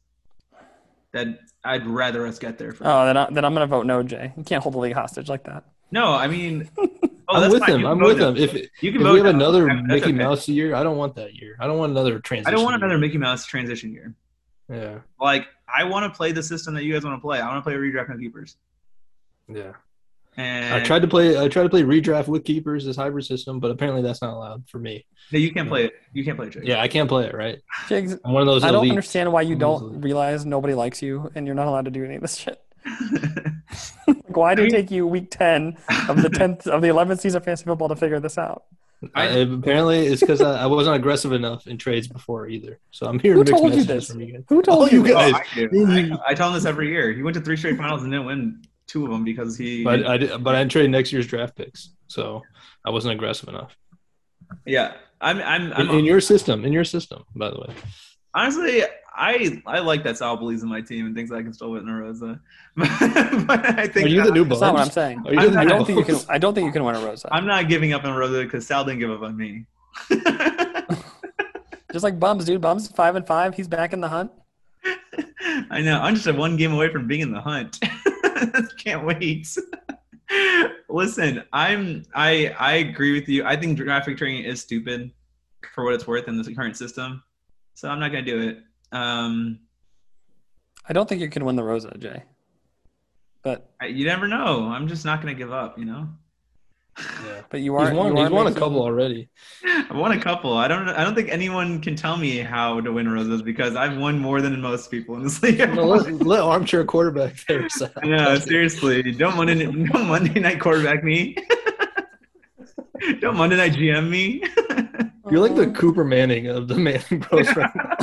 that I'd rather us get there. first.
Oh, then, I, then I'm going to vote no, Jay. You can't hold the league hostage like that.
No, I mean, Oh,
I'm
that's
with
fine.
them.
You can
I'm
vote
with
no.
them. If, if
You
we
can vote
have
no.
another
That- that's
Mickey
okay.
Mouse year, I don't want that year. I don't want another transition.
I don't want
year.
another Mickey Mouse transition year.
Yeah,
Like I want to play the system that you guys want to play. I want to play redraft no keepers.
yeah.
And
I tried to play. I tried to play redraft with keepers this hybrid system, but apparently that's not allowed for me.
No, you can't play it. You can't play it. Jake.
Yeah, I can't play it. Right,
Jigs,
I'm one of those.
I don't
elite.
understand why you don't
Easily.
realize nobody likes you and you're not allowed to do any of this shit. Like, why did it take you week ten of the tenth of the eleventh season of fantasy football to figure this out?
I, apparently, it's because I, I wasn't aggressive enough in trades before either. So I'm hearing
Who
mixed
told you
messages
this?
from you guys.
Who told
All you
this?
Oh,
guys.
I, do. I, I tell him this every year. He went to three straight finals and didn't win two of them because he.
But uh, I did, but I traded next year's draft picks, so I wasn't aggressive enough.
yeah, I'm. I'm.
In,
I'm
in your system, in your system, by the way.
honestly, I. I like that Sal believes in my team and thinks I can still win a Rosa. but I think
Are you the new
That's not what I'm
bones?
saying.
Are you
I'm
the
not-
I
new
don't think you can.
Bones?
I don't think you can win a Rosa.
I'm not giving up on Rosa because Sal didn't give up on me.
Just like Bums, dude. Bums five and five. He's back in the hunt.
I know. I'm just a one game away from being in the hunt. Can't wait. Listen, I'm I I agree with you. I think graphic training is stupid for what it's worth in the current system. So I'm not gonna do it. Um
I don't think you can win the Rosa, Jay. But
I- you never know. I'm just not gonna give up, you know?
Yeah.
but you are.
He's won.
you are
He's won a
making-
couple already.
I won a couple. I don't I don't think anyone can tell me how to win roses because I've won more than most people in this league.
No, let, let armchair quarterback there. Sal.
No, seriously, don't Monday, don't Monday night quarterback me. don't Monday night GM me.
You're like the Cooper Manning of the Manning Bros. Right now.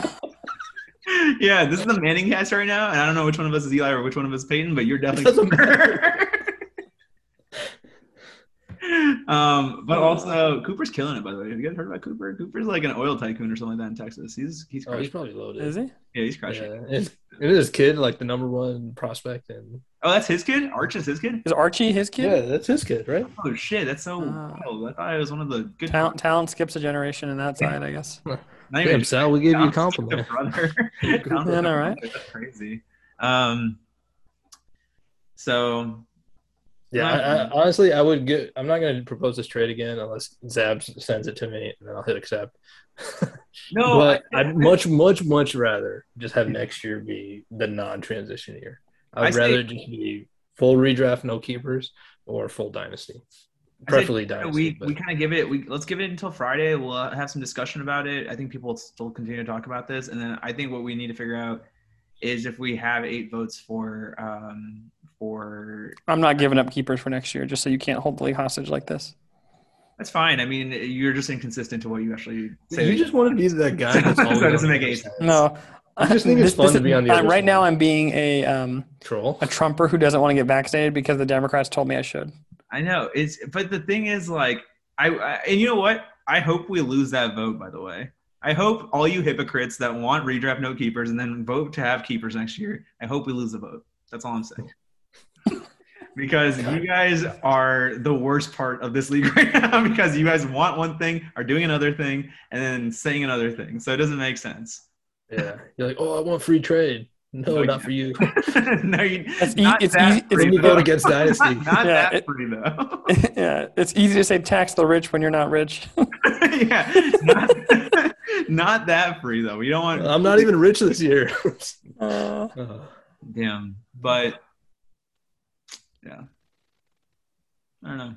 yeah, this is the Manning cast right now, and I don't know which one of us is Eli or which one of us is Peyton, but you're definitely.
Doesn't
um, but also Cooper's killing it. By the way, have you guys heard about Cooper? Cooper's like an oil tycoon or something like that in Texas. He's he's
Oh, he's
crushing.
probably loaded.
Is he?
yeah, he's
Yeah.
crushing.
Isn't his kid like the number one prospect? And
Oh, that's his kid. Arch is his kid.
Is Archie his kid?
yeah, that's his kid, right?
Oh shit, that's
Uh,
so
Ah.
wild. I thought it was one of the good.
Talent, talent skips a generation in that side, I guess.
Not even
Damn, Sal, we gave you a
Sounds
compliment.
like a brother. Sounds like
Yeah,
a
no, right?
brother. That's crazy. Um, so
Yeah, I, I, honestly, I would get. I'm not going to propose this trade again unless Zab sends it to me, and then I'll hit accept.
no,
but
I-
I'd much, much, much rather just have next year be the non-transition year. I'd
I say-
rather just be full redraft, no keepers, or full dynasty.
I say
Preferably dynasty.
we
but-
we kind of give it. We let's give it until Friday. We'll uh, have some discussion about it. I think people will still continue to talk about this, and then I think what we need to figure out is if we have eight votes for um for
I'm not giving up keepers for next year, just so you can't hold the league hostage like this.
that's fine. I mean, you're just inconsistent to what you actually say.
you just want to be that guy. That's
That
always
doesn't
on the
make
other
any
side.
No,
I just think it's fun to be on the
uh,
other
Right
side.
now, I'm being a um,
troll.
a Trumper who doesn't want to get vaccinated because the Democrats told me I should.
I know it's, but the thing is, like, I, I and you know what? I hope we lose that vote. By the way, I hope all you hypocrites that want redraft no keepers and then vote to have keepers next year. I hope we lose the vote. That's all I'm saying. because you guys are the worst part of this league right now. Because you guys want one thing, are doing another thing, and then saying another thing. So it doesn't make sense.
Yeah, you're like, oh, I want free trade. No,
No,
not
you-
for you.
no, you.
It's e-
not
it's
that
easy- it's
free,
Let me vote
though.
against dynasty.
Not, not
Yeah,
that
it-
free though.
yeah, it's easy to say tax the rich when you're not rich.
yeah, not, not that free though. We don't want.
I'm not even rich this year.
Uh,
Oh.
Damn, but yeah, I don't know.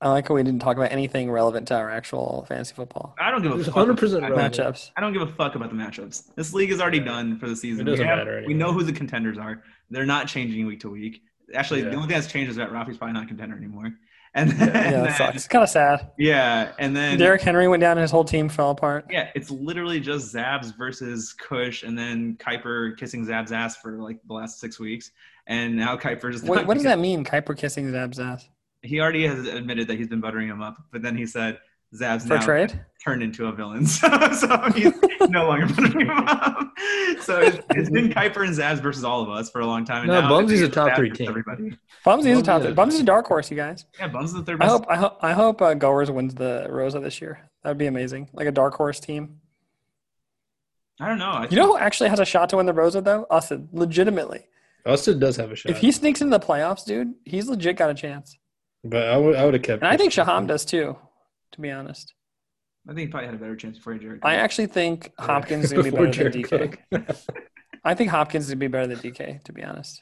I like how we didn't talk about anything relevant to our actual fantasy football
I don't give a
It's
fuck.
100%
about-
relevant.
matchups.
I don't give a fuck about the matchups. This league is already
Yeah.
done for the season.
It doesn't
we, have-
matter
we
anyway.
know who the contenders are. They're not changing week to week. Actually, the
Yeah.
only thing that's changed is that Rafi's probably not a contender anymore. And
Yeah.
then, yeah,
Yeah, that sucks. Kind of sad.
yeah, and then
Derrick Henry went down and his whole team fell apart.
Yeah, it's literally just Zabs versus Kush, and then Kuiper kissing Zab's ass for like the last six weeks, and now Kuiper's.
What, what does that mean? Kuiper kissing Zab's ass
He already has admitted that he's been buttering him up, but then he said Zab's
for
now
trade?
turned into a villain, so, so he's no longer buttering him up. So it's, it's been Kuiper and Zabs versus all of us for a long time. And
No,
now
Bumsy's
it's
a top
Zabs
three
versus
team.
Everybody.
Bumsy's a
Bumsy
top.
is-
Bumsy's a dark horse, you guys.
Yeah, Bums is the third
I
best.
hope I hope I hope uh, Goers wins the Rosa this year. That'd be amazing. Like a dark horse team.
I don't know. I
You know who actually has a shot to win the Rosa though? Us, legitimately.
Austin does have a shot.
If he sneaks into the playoffs, dude, he's legit got a chance.
But I would I would have kept.
And I think Shaham does too, to be honest.
I think he probably had a better chance before Jared.
I actually think Hopkins is going to be
Before
better than DK.
Jared Cook.
I think Hopkins is going to be better than DK, to be honest.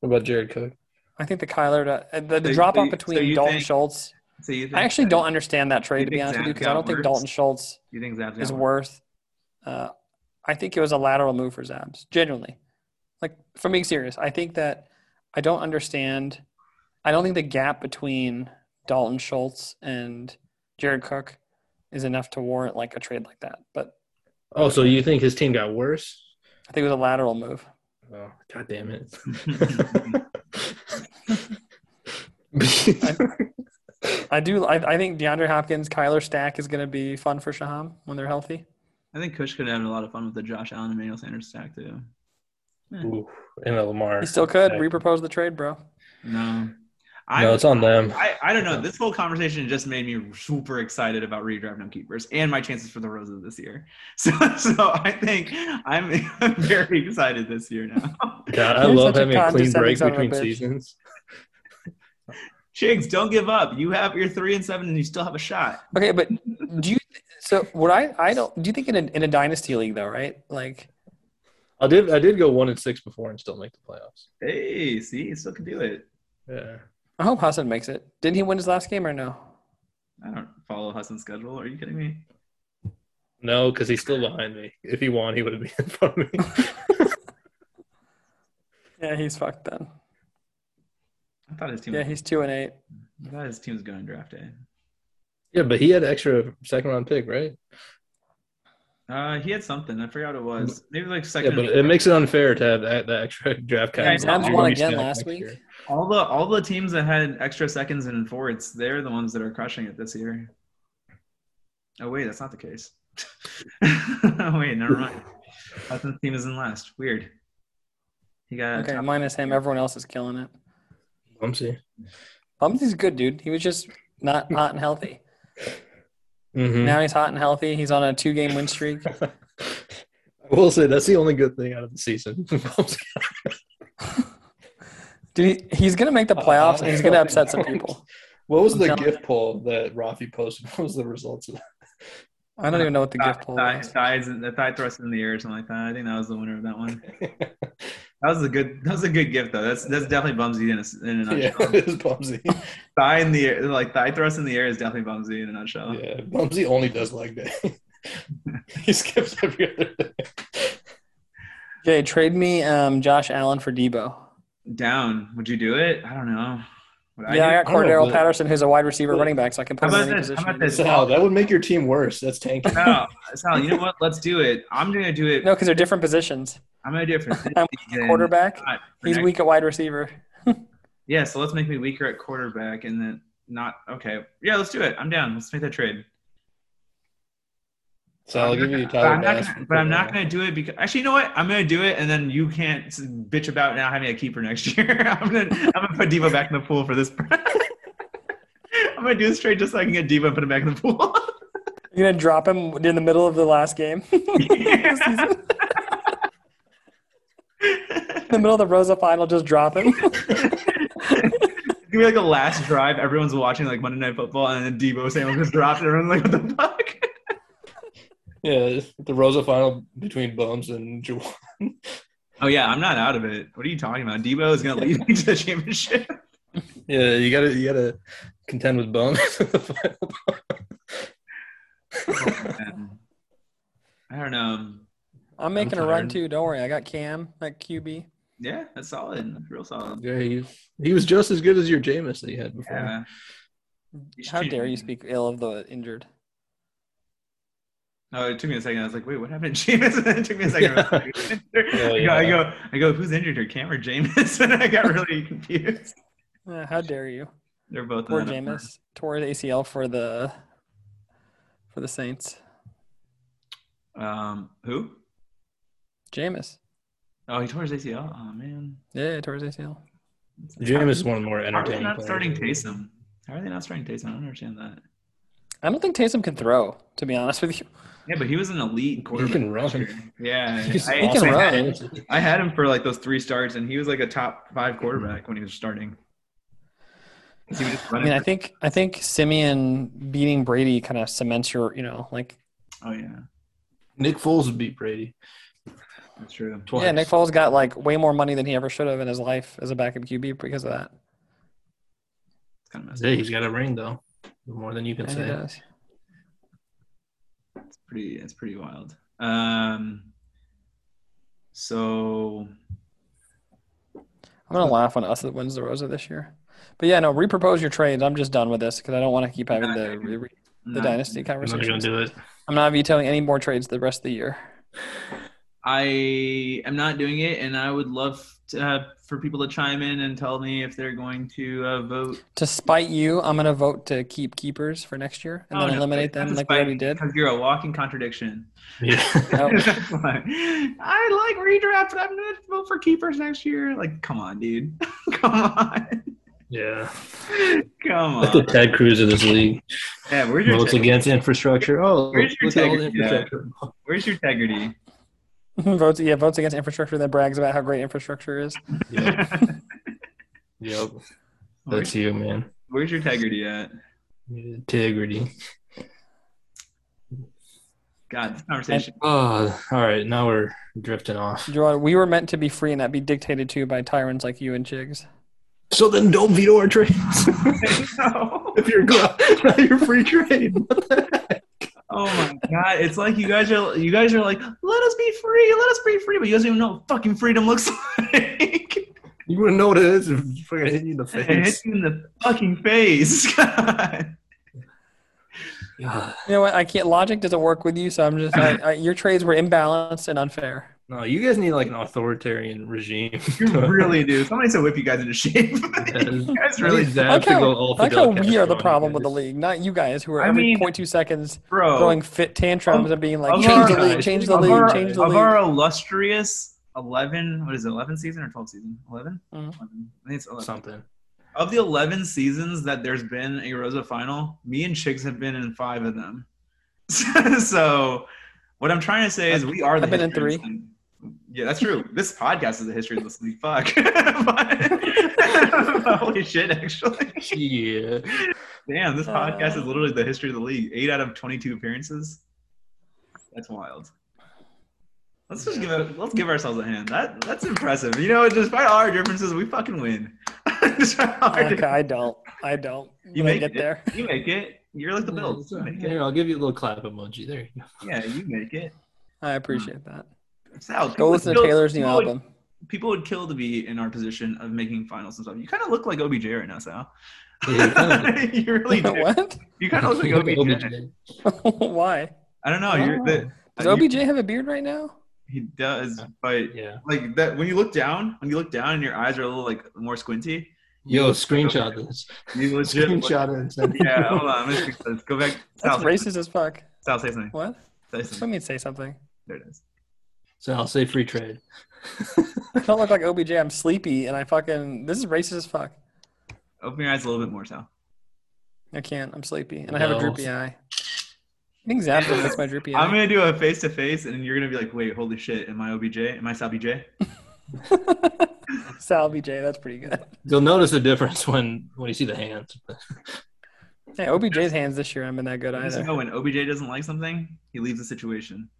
What about Jared Cook?
I think the Kyler, to, uh, the, the
So-
drop
so
off
you-
between
so you
Dalton
think-
Schultz.
so you think,
I actually don't understand that trade,
you
to be
think
honest with you,
Zach
because I
got
don't think
worse?
Dalton Schultz
You think Zab's
is
got one?
worth. Uh, I think it was a lateral move for Zabs, genuinely. Like, from being serious, I think that I don't understand. I don't think the gap between Dalton Schultz and Jared Cook is enough to warrant like a trade like that. But
Oh, so you think his team got worse?
I think it was a lateral move.
Oh, god damn it.
I do. I, I think DeAndre Hopkins, Kyler Stack is going to be fun for Shaham when they're healthy.
I think Kush could have had a lot of fun with the Josh Allen and Emmanuel Sanders stack too.
Ooh, and a Lamar.
He still could
Yeah.
repropose the trade, bro.
No, I
No, it's on them.
I, I don't know. This whole conversation just made me super excited about redraft no keepers and my chances for the roses this year. So so I think I'm very excited this year now.
God, I
You're
love
such a
having a
condescending
clean break
son of a
between
bitch.
seasons.
Chigs, don't give up. You have your three and seven, and you still have a shot.
Okay, but do you? So what I I don't. Do you think in a, in a dynasty league though, right? Like
I did I did go one and six before and still make the playoffs.
Hey, see, you still can do it.
Yeah.
I hope Hassan makes it. Didn't he win his last game or no?
I don't follow Hassan's schedule. Are you kidding me?
No, because he's still behind me. If he won, he would have been in front of me.
Yeah, he's fucked then.
I thought his team.
Yeah, he's two and eight.
I thought his team was going draft day.
yeah, but he had extra second round pick, right?
Uh, he had something. I forgot what it was. Maybe like second.
Mm. yeah, but it makes it unfair to have that, that extra draft
Yeah,
capital.
Rams
You're
won
gonna be
again
stacked
last
next
week.
year.
all the all the teams that had extra seconds and forwards, they're the ones that are crushing it this year. Oh wait, that's not the case. oh wait, never mind. Hudson's team is in last. Weird. He got
Okay, minus him. Everyone else is killing it.
Bumsy.
Bumsy's good, dude. He was just not hot and healthy.
Mm.
Mhm.
Now he's hot and healthy. He's on a two game win streak.
I will say that's the only good thing out of the season. Bumsy.
Dude, he, he's gonna make
Uh,
the playoffs and he's gonna upset some people.
what was
I'm
the
telling
gift poll that Rafi posted? What was the results of that?
I don't even know what the gift poll
thigh,
was.
thighs and the thigh thrust in the air or something like that. I think that was the winner of that one. That was a good that was a good gift though. That's that's definitely Bumsy in a, in a
yeah,
nutshell.
it was Bumsy.
Thigh in the air like thigh thrust in the air is definitely Bumsy in a nutshell.
Yeah, Bumsy only does leg day. he skips every other day.
Jay, trade me um, Josh Allen for Debo.
Down. Would you do it? I don't know. Would
yeah, I
do
got
I don't know,
Cordero
but-
Patterson, who's a wide receiver running back, so I can put
How
him
about
in any
this? How
position.
about
I need.
this?
Sal, that would make your team worse. That's tanking.
Sal, Sal, you know what? Let's do it. I'm gonna do it.
No, because they're different positions.
I'm gonna do it for this
I'm
season.
Quarterback,
Not for
he's
next-
weak at wide receiver.
Yeah, so let's make me weaker at quarterback and then not okay. Yeah, let's do it. I'm down. Let's make that trade.
So I'll give you
But
Tyler
I'm not
Bass.
gonna, but I'm not gonna do it because actually, you know what? I'm gonna do it, and then you can't s- bitch about not having a keeper next year. I'm gonna I'm gonna put Diva back in the pool for this. I'm gonna do this trade just so I can get Diva and put him back in the pool.
You're gonna drop him in the middle of the last game, in the middle of the Rosa final. Just drop him.
It's gonna be like a last drive. Everyone's watching like Monday Night Football, and then Debo Samuel just dropped. And everyone's like, "What the fuck?"
Yeah, the Rosa final between Bums and Jawan.
Oh yeah, I'm not out of it. What are you talking about? Debo is gonna lead me to the championship.
Yeah, you gotta you gotta contend with Bums.
I don't know. Um,
I'm making a
I'm
run
tired.
too. Don't worry, I got Cam at QB.
Yeah, that's solid. That's real solid.
yeah, he, he was just as good as your Jameis that you had before.
Yeah. You should
How
change
dare
it.
you speak ill of the injured?
Oh, it took me a second. I was like, "Wait, what happened, to Jameis?" And then it took me a second. I was like,
Oh,
I, go, I
yeah.
go, I go. Who's injured here, Cam or Jameis? And I got really confused.
Uh, how dare you?
They're both.
Poor
in that.
Jameis tore his ACL for the for the Saints.
Um, who?
Jameis,
Oh, he tore his ACL. Oh man.
yeah, tore his ACL.
Jameis is one of the more
How are they
entertaining.
not
players.
starting Taysom? How are they not starting Taysom? I don't understand that.
I don't think Taysom can throw. To be honest with you,
Yeah, but he was an elite
He
quarterback.
can run.
Yeah,
He can-
I
he
also
can
had
run.
him- I had him for like those three starts, and he was like a top five quarterback when he was starting. He was just
I
running
mean, I think I think Simeon beating Brady kind of cements your, you know, like
for- oh yeah,
Nick Foles beat Brady
that's true.
twice.
yeah, Nick Foles got like way more money than he ever should have in his life as a backup QB because of that.
It's kind of messed.
Hey, he's got a ring though. More than you can
Yeah, he
say.
does.
It's pretty. It's pretty wild. Um. So
I'm gonna laugh when us that wins the Rosa this year. But yeah, no, repropose your trades. I'm just done with this because I don't want to keep having the re- re- the
not-
dynasty
I'm not
conversation.
gonna do it.
I'm not vetoing any more trades the rest of the year.
I am not doing it, and I would love to, uh, for people to chime in and tell me if they're going to uh, vote.
To spite you, I'm gonna vote to keep keepers for next year and
Oh,
then
no,
eliminate
that's
them
a
like we
spite
already did.
Because you're a walking contradiction.
Yeah.
Nope.
That's why. I like redraft, but I'm gonna vote for keepers next year. Like, come on, dude. come on.
yeah.
Come
Look at
on.
Ted Cruz of this league.
Yeah, where's your,
Votes
te-
against infrastructure. Oh,
Where's your
look at all the
tag- yeah.
infrastructure.
where's your integrity?
votes yeah, votes against infrastructure that brags about how great infrastructure is.
Yep. yep. That's
where's,
you, man.
where's your integrity at?
Integrity.
God, this conversation.
Oh, all right. Now we're drifting off.
Jordan, we were meant to be free and not be dictated to by tyrants like you and Chigs.
So then don't veto our trades.
No.
if you're good, not your free trade.
Oh my god, it's like you guys are you guys are like, let us be free, let us be free, but you guys don't even know what fucking freedom looks like.
You wouldn't know what it is if it's fucking hit you in the
it hits
face.
you in the fucking face. God.
God.
You know what? I can't. Logic doesn't work with you, so I'm just. I, I, your trades were imbalanced and unfair.
No, you guys need like an authoritarian regime.
You really do. Somebody said whip you guys into shape. you guys really,
That
Like how-
all
I like how
Fidel
we are
Castro
the
on
problem with the
guys.
league, not you guys who are
I
every
mean-
0.2 seconds
bro.
throwing fit tantrums and being like,
oh, of
change
our-
the league, change the
of
league,
our-
change the
of
league.
our illustrious 11 what is it 11 season or 12 season 11
Mhm.
11. I think it's 11.
Something.
of the 11 seasons that there's been a rosa final me and chicks have been in five of them so what i'm trying to say is we are the
I've been in
history of
three.
this league. yeah that's true this podcast is the history of this league fuck But- holy shit actually
Yeah.
damn this podcast is
Uh.
literally the history of the league eight out of 22 appearances that's wild let's just give it let's give ourselves a hand that that's impressive you know despite all our differences we fucking win Despite all our
Ah, Okay, I don't. I don't.
You
You may
make
get
it.
there.
You make it. You're like the Bills. You make it.
Here, I'll give you a little clap emoji. There you go.
Yeah, you make it.
I appreciate that.
Sal,
Go
people
listen to
would-
Taylor's new
people would-
album.
People would kill to be in our position of making finals and stuff. You kind of look like OBJ right now, Sal.
Yeah, you kinda
you really do.
what?
You kind of look like
You kinda
OBJ.
OBJ.
Why?
I don't know.
Oh.
You're the,
Does
uh, you-
OBJ have a beard right now?
he does, but
Yeah.
like that when you look down, when you look down and your eyes are a little like more squinty,
Yo, screenshot this.
you legit. look-
Screenshot it. and send it.
Yeah, hold on. I'm just, let's go back. Sal,
That's
say
racist as fuck.
something. Sal, say something.
What?
Say
Just let
something.
me say something.
There it is.
So I'll say free trade.
I don't look like OBJ. I'm sleepy and I fucking. This is racist as fuck.
Open your eyes a little bit more, Sal.
I can't. I'm sleepy and I have a
No.
droopy eye. I think Zap makes my droopy
I'm
eye.
gonna do a face to face, and you're gonna be like, "Wait, holy shit! Am I OBJ? Am I Sal BJ?"
Sal BJ. That's pretty good.
You'll notice the difference when when you see the hands.
Hey, OBJ's hands this year. I'm in that good
You just
either.
know when OBJ doesn't like something, he leaves the situation.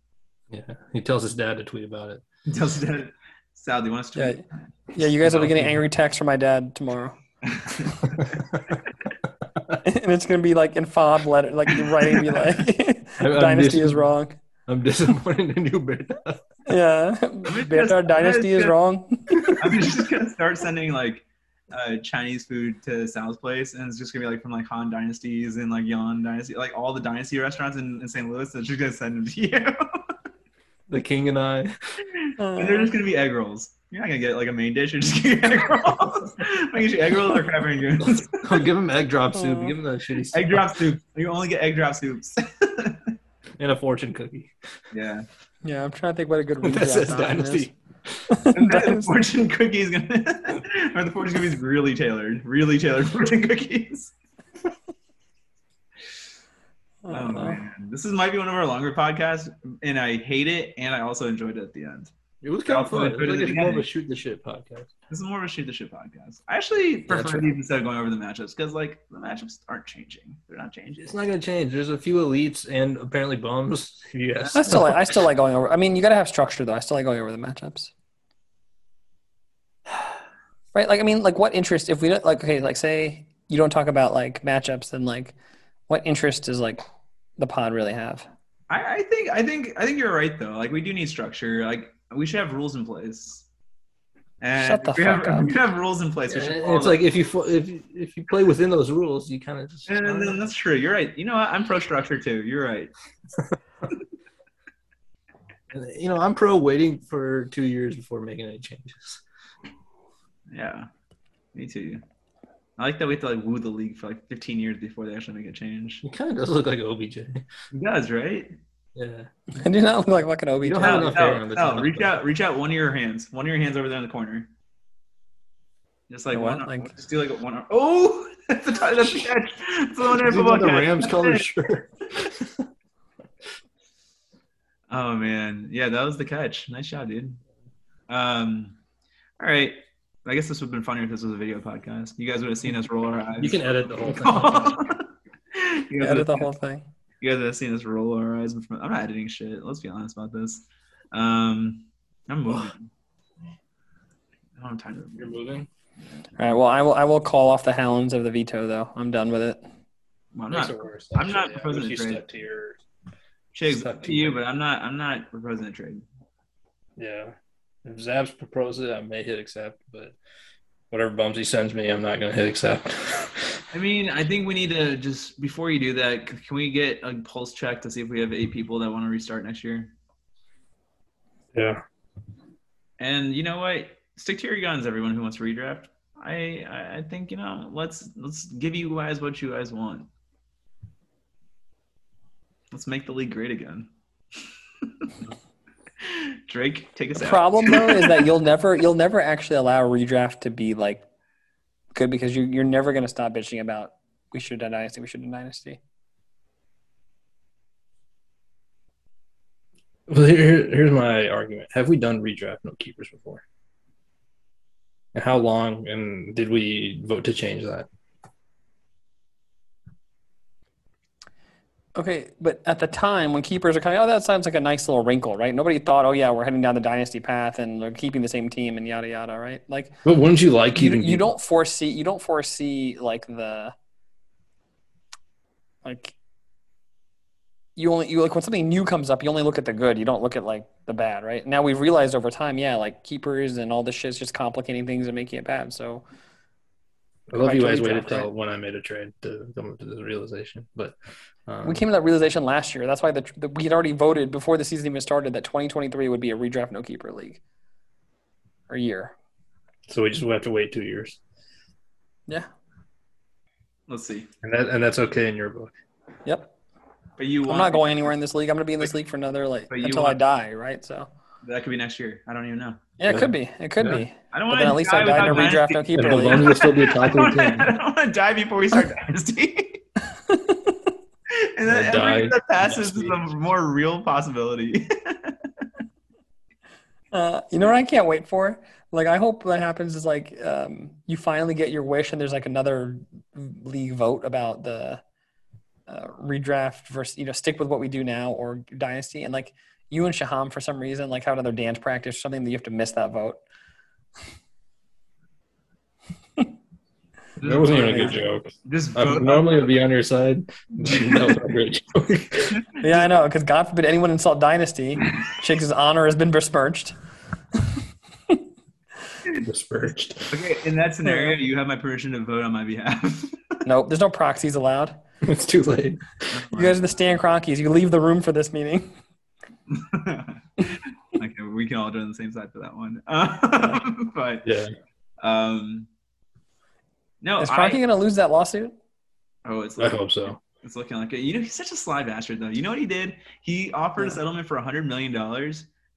Yeah. He tells his dad to tweet about it.
He tells his dad, "Sal, do you want us
Yeah,
to?"
yeah. You guys will be getting angry texts from my dad tomorrow, and it's gonna be like in fob letter, like the writing be like,
I'm- I'm
"Dynasty
just-
is wrong."
I'm disappointed in you, Berta.
Yeah,
just-
Beardar Dynasty is
just-
wrong.
I'm just gonna start sending like uh, Chinese food to Sal's place, and it's just gonna be like from like Han dynasties and like Yan dynasty, like all the dynasty restaurants in, in St. Louis. That's just gonna send them to you,
The king and I.
and they're just gonna be egg rolls. You're not gonna get like a main dish. You're just gonna get egg rolls. I'm gonna get you egg rolls or crab rangoons.
I'll give him egg drop soup.
Aw.
Give him that shitty stuff.
egg drop soup. You only get egg drop soups.
and a fortune cookie.
yeah.
yeah, I'm trying to think what a good
That
redraft
says
option is.
dynasty.
And then the
Dynasty.
fortune cookie is gonna, or the fortune cookie is really tailored, really tailored fortune cookies.
I
Oh
don't know.
man, this is might be one of our longer podcasts, and I hate it, and I also enjoyed it at the end.
It was kind of
I'll
fun.
put it
It was
in
like
the
a more of a
beginning.
shoot the shit podcast.
This is more of a shoot the shit podcast. I actually
that's
prefer
right.
these instead of going over the matchups because like the matchups aren't changing. They're not changing.
It's not gonna change. There's a few elites and apparently bums. If you ask.
I still like I still like going over. I mean, you got to have structure though. I still like going over the matchups. Right? Like I mean, like what interest if we don't like okay, like say you don't talk about like matchups then like what interest does like the pod really have?
I, I think I think I think you're right though. Like we do need structure. Like we should have rules in place. And
Shut the
if we have,
fuck up.
if we have rules in place. We
Yeah,
should
and
follow
it's
them.
like if you fo- if you- if you play within those rules, you kind of just.
And then that's true. You're right. You know what? I'm pro structure too. You're right.
You know, I'm pro waiting for two years before making any changes.
Yeah. Me too. I like that we have to like woo the league for like 15 years before they actually make a change.
He kind of does look like OBJ.
It does, right?
Yeah.
I do not look like fucking Obi.
You
Oh,
don't
No,
have enough hair
no,
on the
no,
top,
reach
though.
out, reach out one of your hands. One of your hands over there in the corner. Just like
The
one, arm-
what? Like-
just do like a one arm. Oh, that's the ti- that's the catch. That's the one there football
the
catch.
Rams
That's
color
it.
shirt.
Oh man, yeah, that was the catch. Nice shot, dude. Um, all right. I guess this would have been funnier if this was a video podcast. You guys would have seen us roll our eyes.
You can edit the whole thing.
thing. you, guys
Edit
would
the
have,
whole thing.
you guys would have seen us roll our eyes. in front- I'm not editing shit. Let's be honest about this. Um, I'm moving. I don't have time to.
moving.
All right. Well, I will I will call off the hounds of the veto though. I'm done with it.
Well, I'm not
worse.
I'm not proposing a trade.
to your
Chigs
stuck
up to
to
you,
my-
but I'm not. I'm not proposing a trade.
yeah. If Zab's proposes, I may hit accept, but whatever bums he sends me, I'm not gonna hit accept.
I mean, I think we need to just before you do that. c- Can we get a pulse check to see if we have eight people that want to restart next year?
yeah.
And you know what? Stick to your guns, everyone who wants to redraft. I I- I think you know. Let's let's give you guys what you guys want. Let's make the league great again. Drake, take us
The
out.
problem though is that you'll never you'll never actually allow a redraft to be like good because you you're never gonna stop bitching about we should have done dynasty, we should have done dynasty.
Well, here, here's my argument. Have we done redraft no keepers before? And how long? And did we vote to change that?
Okay, but at the time when keepers are coming, oh, that sounds like a nice little wrinkle, right? Nobody thought, oh yeah, we're heading down the dynasty path and we're keeping the same team and yada yada, right? Like
But wouldn't you like
you,
keeping?
you don't foresee you don't foresee like the like you only you like when something new comes up, you only look at the good, you don't look at like the bad, right? Now we've realized over time, yeah, like keepers and all this shit's just complicating things and making it bad. So
I love
By
you guys
trade
waited
draft,
till
right?
when I made a trade to come to this realization. But um,
we came to that realization last year. That's why the, the we had already voted before the season even started that 2023 would be a redraft no keeper league or year.
so we just have to wait two years,
Yeah.
Let's see.
and that and that's okay in your book.
Yep.
But you
I'm
want
not going anywhere in this league. I'm going to be in this league for another like
But you
until I
want-
die, right? So
that could be next year. I don't even know.
yeah, it
Yeah.
could be. It could
Yeah.
be.
I don't
But
want
then at least I died in a redraft no
And
keeper
the
league.
Rams will still be a top
I
eight
don't, wanna- I
team.
don't want to die before we start dynasty. and then
Yeah, die
every that passes
next
is
week.
a more real possibility.
Uh, you know what I can't wait for? Like I hope that happens is like um, you finally get your wish and there's like another league vote about the uh, redraft versus you know stick with what we do now or dynasty and like you and Shaham for some reason like have another dance practice or something that you have to miss that vote.
That wasn't even a good joke. Uh,
This
I
vote,
normally would be on your side. that was a great joke.
Yeah, I know because God forbid anyone insult dynasty. Chicks' honor has been besmirched.
Dispersed.
okay, in that scenario, you have my permission to vote on my behalf.
Nope, there's no proxies allowed.
It's too late.
You guys are the Stan Cronkies. You leave the room for this meeting.
okay, we can all join the same side for that one. Um, but
Yeah.
um, no,
Is
I-
Cronky going to lose that lawsuit?
oh, it's
I
like,
hope so.
It's looking like it. You know, he's such a sly bastard, though. You know what he did? He offered a
Yeah.
settlement for $100 million,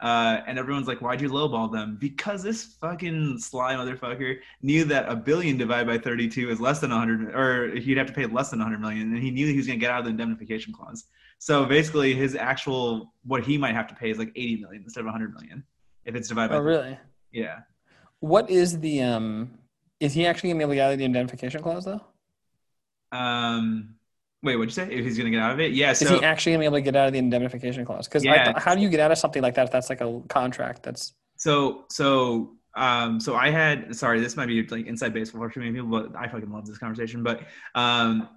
uh, and everyone's like, why'd you lowball them? Because this fucking sly motherfucker knew that a billion divided by 32 is less than 100, or he'd have to pay less than 100 million, and he knew he was going to get out of the indemnification clause. So basically, his actual, what he might have to pay is like 80 million instead of 100 million. if it's divided by
Oh, really?
three. Yeah.
What is the um? Is he actually gonna be able to get out of the indemnification clause though?
Um, wait, what'd you say? If he's gonna get out of it? Yeah.
Is
So
he actually gonna be able to get out of the indemnification clause? Because
Yeah.
how do you get out of something like that if that's like a contract? That's
so so um so I had sorry this might be like inside baseball for too many people, but I fucking love this conversation. But um,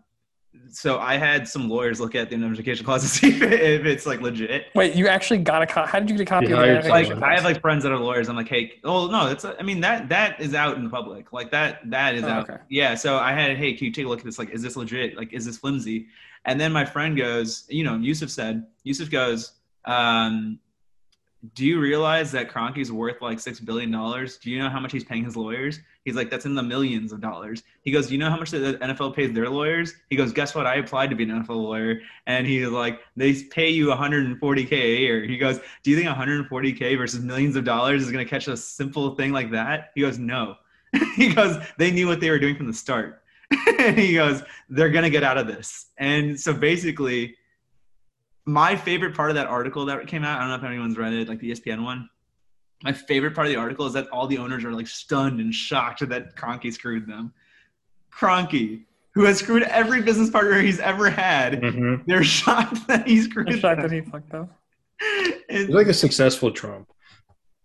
so I had some lawyers look at the indemnification clause to see if, it- if it's like legit.
wait, you actually got a co- how did you get a copy
You
of the
hired
Like
indemnification
I have like friends that are lawyers. I'm like, hey, oh no, that's I mean that that is out in the public. Like that that is
Oh,
out.
okay.
Yeah. So I had, hey, can you take a look at this? Like, is this legit? Like, is this flimsy? And then my friend goes, you know, Yusuf said, Yusuf goes, um, do you realize that Cronky's worth like six billion dollars? Do you know how much he's paying his lawyers? He's like, that's in the millions of dollars. He goes, you know how much the NFL pays their lawyers? He goes, guess what? I applied to be an NFL lawyer, and he's like, they pay you 140k a year. He goes, do you think 140k versus millions of dollars is gonna catch a simple thing like that? He goes, no. he goes, they knew what they were doing from the start. and he goes, they're gonna get out of this. And so basically, my favorite part of that article that came out, I don't know if anyone's read it, like the E ESPN one. My favorite part of the article is that all the owners are like stunned and shocked that Cronky screwed them. Cronky, who has screwed every business partner he's ever had,
Mhm.
they're shocked that he screwed
clause? The fact
them.
Mm-hmm. that he fucked up.
He's
It's,
like a successful Trump.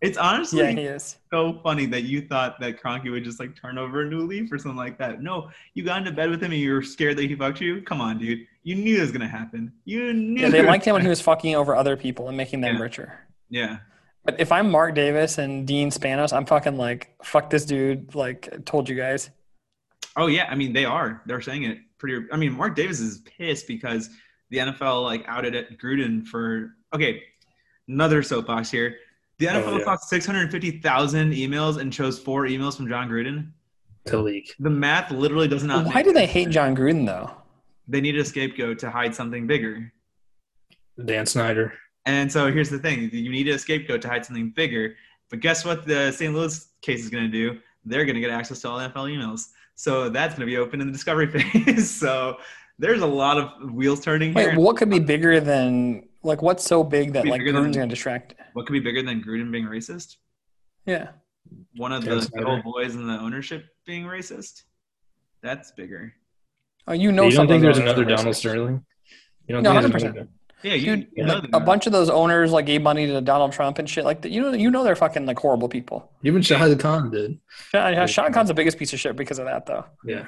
it's honestly
Yeah, he is.
so funny that you thought that Cronky would just like turn over a new leaf or something like that. No, you got into bed with him and you were scared that he fucked you. Come on, dude. You knew it was gonna happen. You knew.
Yeah, they liked him when he was fucking over other people and making them
Yeah.
richer.
Yeah.
But if I'm Mark Davis and Dean Spanos, I'm fucking like, fuck this dude. Like, told you guys.
Oh yeah. I mean, they are. They're saying it pretty. I mean, Mark Davis is pissed because the NFL like outed at Gruden for okay. Another soapbox here.
Oh,
The NFL
yeah.
caught 650,000 emails and chose four emails from John Gruden.
To leak.
The math literally does not.
Why
make
do they
sense.
hate John Gruden though?
They needed a scapegoat to hide something bigger.
Dan Snyder.
And so here's the thing: you need a scapegoat to hide something bigger. But guess what? The St. Louis case is going to do. They're going to get access to all NFL emails. So that's going to be open in the discovery phase. so there's a lot of wheels turning here.
Wait, what could be bigger than like what's so big that
Be
like
bigger
Gruden's
than-
gonna distract?
what could be bigger than Gruden being racist?
Yeah,
One of
Dan
the
Snyder.
old boys in the ownership being racist. That's bigger.
oh, you know.
you don't
some of
think there's
those
another
are racist.
Donald Sterling? You don't
No,
think
100%.
another-
Yeah, you
Dude,
you know
like,
they
a
are.
bunch of those owners like gave money to Donald Trump and shit. Like that. you know, you know they're fucking like horrible people.
Even Shahid Khan did.
Sha- Shah Khan's the biggest piece of shit because of that though.
Yeah.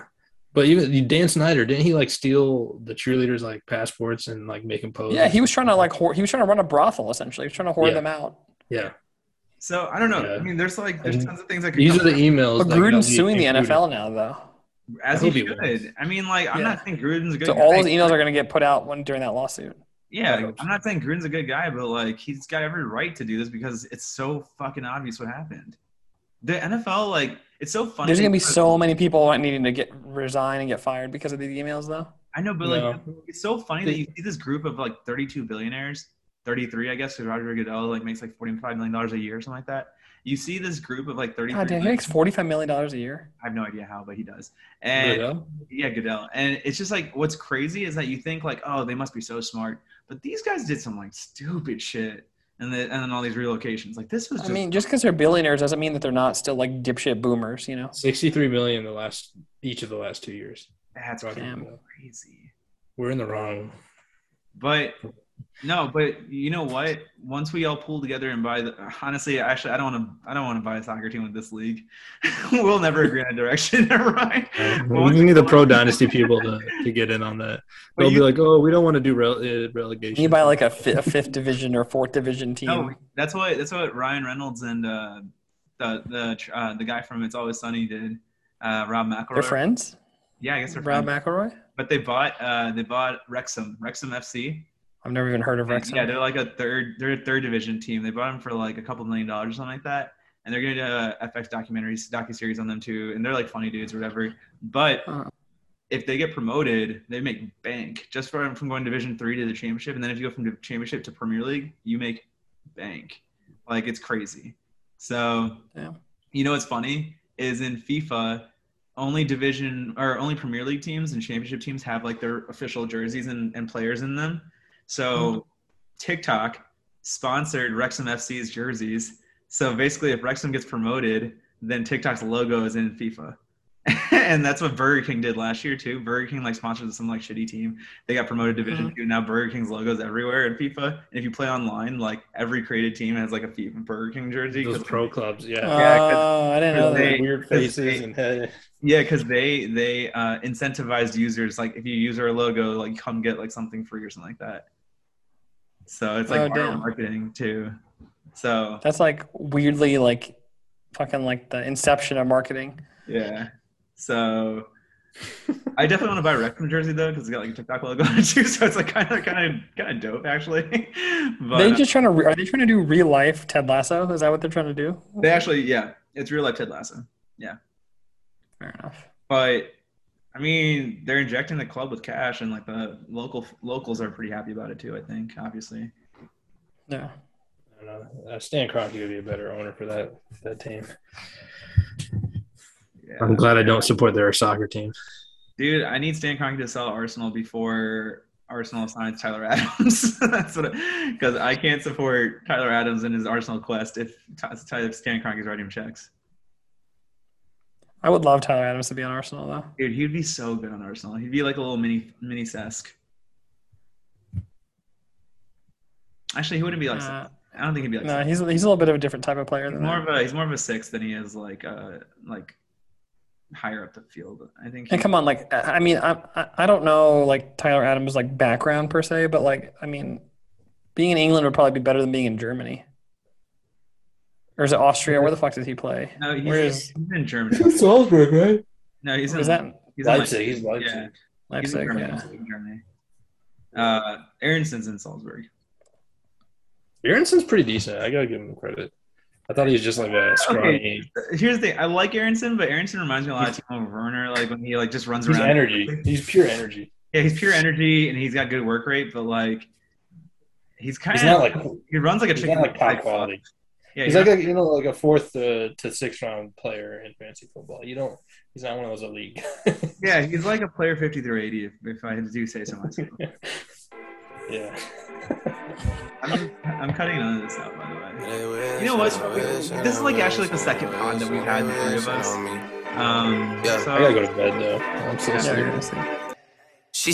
But even Dan Snyder, didn't he like steal the cheerleaders like passports and like make them pose?
Yeah, he was trying to like whore, he was trying to run a brothel essentially. He was trying to whore
Yeah.
them out.
yeah.
So I don't know.
Yeah.
I mean, there's like there's
And
tons of things I could.
These
come
are the
up
emails.
But
like, that
Gruden's
we
suing the
included.
NFL now though.
with,
I
as he
hope he wins.
should. I mean, like I'm
Yeah.
not saying Gruden's a good.
So all
guy.
those emails are gonna get put out when during that lawsuit.
Yeah,
I
like,
hope
I'm not saying Gruden's a good guy, but like he's got every right to do this because it's so fucking obvious what happened. The NFL, like, it's so funny.
There's gonna be
because-
so many people needing to get resign and get fired because of these emails though.
I know, but like,
No.
it's so funny that you see this group of like 32 billionaires, 33, I guess, because Roger Goodell like makes like 45 million dollars a year or something like that. You see this group of like 33.
God damn, he makes forty five million dollars a year.
I have no idea how, but he does. And
Goodell?
Yeah, Goodell. And it's just like what's crazy is that you think like, oh, they must be so smart, but these guys did some like stupid shit, and then and then all these relocations. Like this was
I
just
mean, just because they're billionaires doesn't mean that they're not still like dipshit boomers, you know?
63 million the last each of the last two years.
that's
Roger
Damn.
Goodell.
crazy.
We're in the wrong.
But no, but you know what? Once we all pull together and buy the honestly, actually, I don't want to. I don't want to buy a soccer team with this league. we'll never agree on a direction. Never mind. But
We
once
need the
all-
pro dynasty people to, to get in on that.
but
They'll
you-
be like, oh, we don't want to do rele- uh, relegation.
You buy like a, fi- a fifth division or fourth division team.
No, that's what that's what Ryan Reynolds and uh, the the uh, the guy from It's Always Sunny did. Uh, Rob McElroy.
they're friends.
Yeah, I guess they're
Rob
friends.
McElroy.
But they bought uh, they bought Wrexham, Wrexham FC.
I've never even heard of
And,
Rex.
Yeah, they're like a third they're a third division team. They bought them for like a couple million dollars or something like that. And they're gonna do a FX documentaries docu series on them too. And they're like funny dudes or whatever. But
Uh-huh.
if they get promoted, they make bank just from from going division three to the championship. And then if you go from the championship to Premier League, you make bank. Like it's crazy. So
Yeah.
you know what's funny is in FIFA, only division or only Premier League teams and championship teams have like their official jerseys and, and players in them. So TikTok sponsored Wrexham FC's jerseys So basically, if Wrexham gets promoted, then TikTok's logo is in FIFA. and that's what Burger King did last year too. Burger King like sponsored some like shitty team. They got promoted Division Two. Now Burger King's logos everywhere in FIFA. And if you play online, like every created team has like a FIFA Burger King jersey.
Those
'cause-
pro clubs, yeah.
Yeah, 'cause-
oh, I didn't know
They-
that.
weird
it's-
faces and head.
yeah, because they they uh, incentivized users like if you use our logo, like come get like something free or something like that. So it's like
Oh,
viral
damn.
marketing too. So
That's like weirdly like fucking like the inception of marketing.
Yeah. So I definitely want to buy a Wrexham jersey though because it's got like a TikTok logo on it too. So it's like kind of kind of kind of dope actually. but
they
they,
just trying to re- are they trying to do real life Ted Lasso? Is that what they're trying to do?
actually yeah, it's real life Ted Lasso.
Fair enough.
But I mean, they're injecting the club with cash, and like the local locals are pretty happy about it too. I think obviously.
Yeah.
I don't know. Uh, Stan Kroenke would be a better owner for that that team.
Yeah.
I'm glad I don't support their soccer team.
Dude, I need Stan Kroenke to sell Arsenal before Arsenal signs Tyler Adams. That's what, because I can't support Tyler Adams in his Arsenal quest if, Ty- if Stan Kroenke's writing him checks.
I would love Tyler Adams to be on Arsenal though.
Dude, he'd be so good on Arsenal. He'd be like a little mini mini Sesk. Actually, he wouldn't be like.
Uh,
I don't think he'd be like.
no,
Sesk.
he's he's a little bit of a different type of player
He's
than
more
that.
of a he's more of a six than he is like uh like higher up the field. I think.
And
he-
come on, like I I mean, I I- I don't know like Tyler Adams' like background per se, but like I mean, being in England would probably be better than being in Germany. Or is it Austria? Where the fuck does he play?
no, he's,
Where is
he's in Germany.
Salzburg, right?
No, he's in.
is that
He's in, like,
Leipzig. He's Leipzig.
Yeah. he's in
Leipzig?
Germany.
Yeah.
he's in Germany. Uh, Aronson's in Salzburg.
Bjornson's pretty decent. I gotta give him credit. I thought he was just like a scrawny.
Here's the thing. I like Aronson, but Aronson reminds me a lot of Timo Werner. Like when he like just runs
He's
around.
energy. He's pure energy.
Yeah, he's pure energy and he's got good work rate, but like he's kind
He's not
of
like
he runs like a
he's
chicken.
not like
with a
top
big
quality.
butt. Yeah,
He's
he
like
runs-
a, you know like a fourth uh, to sixth round player in fantasy football. You don't. He's not one of those elite. guys.
yeah, he's like a player fifty through eighty. If, if I do say so myself,
yeah.
I'm, I'm cutting none of this out by the way.
You know what? This is like actually the second pod that we've had, the three of us.
Um,
Yeah,
so,
I gotta go to bed though. I'm so
Yeah,
Yeah,
sleepy.
you're gonna see.
She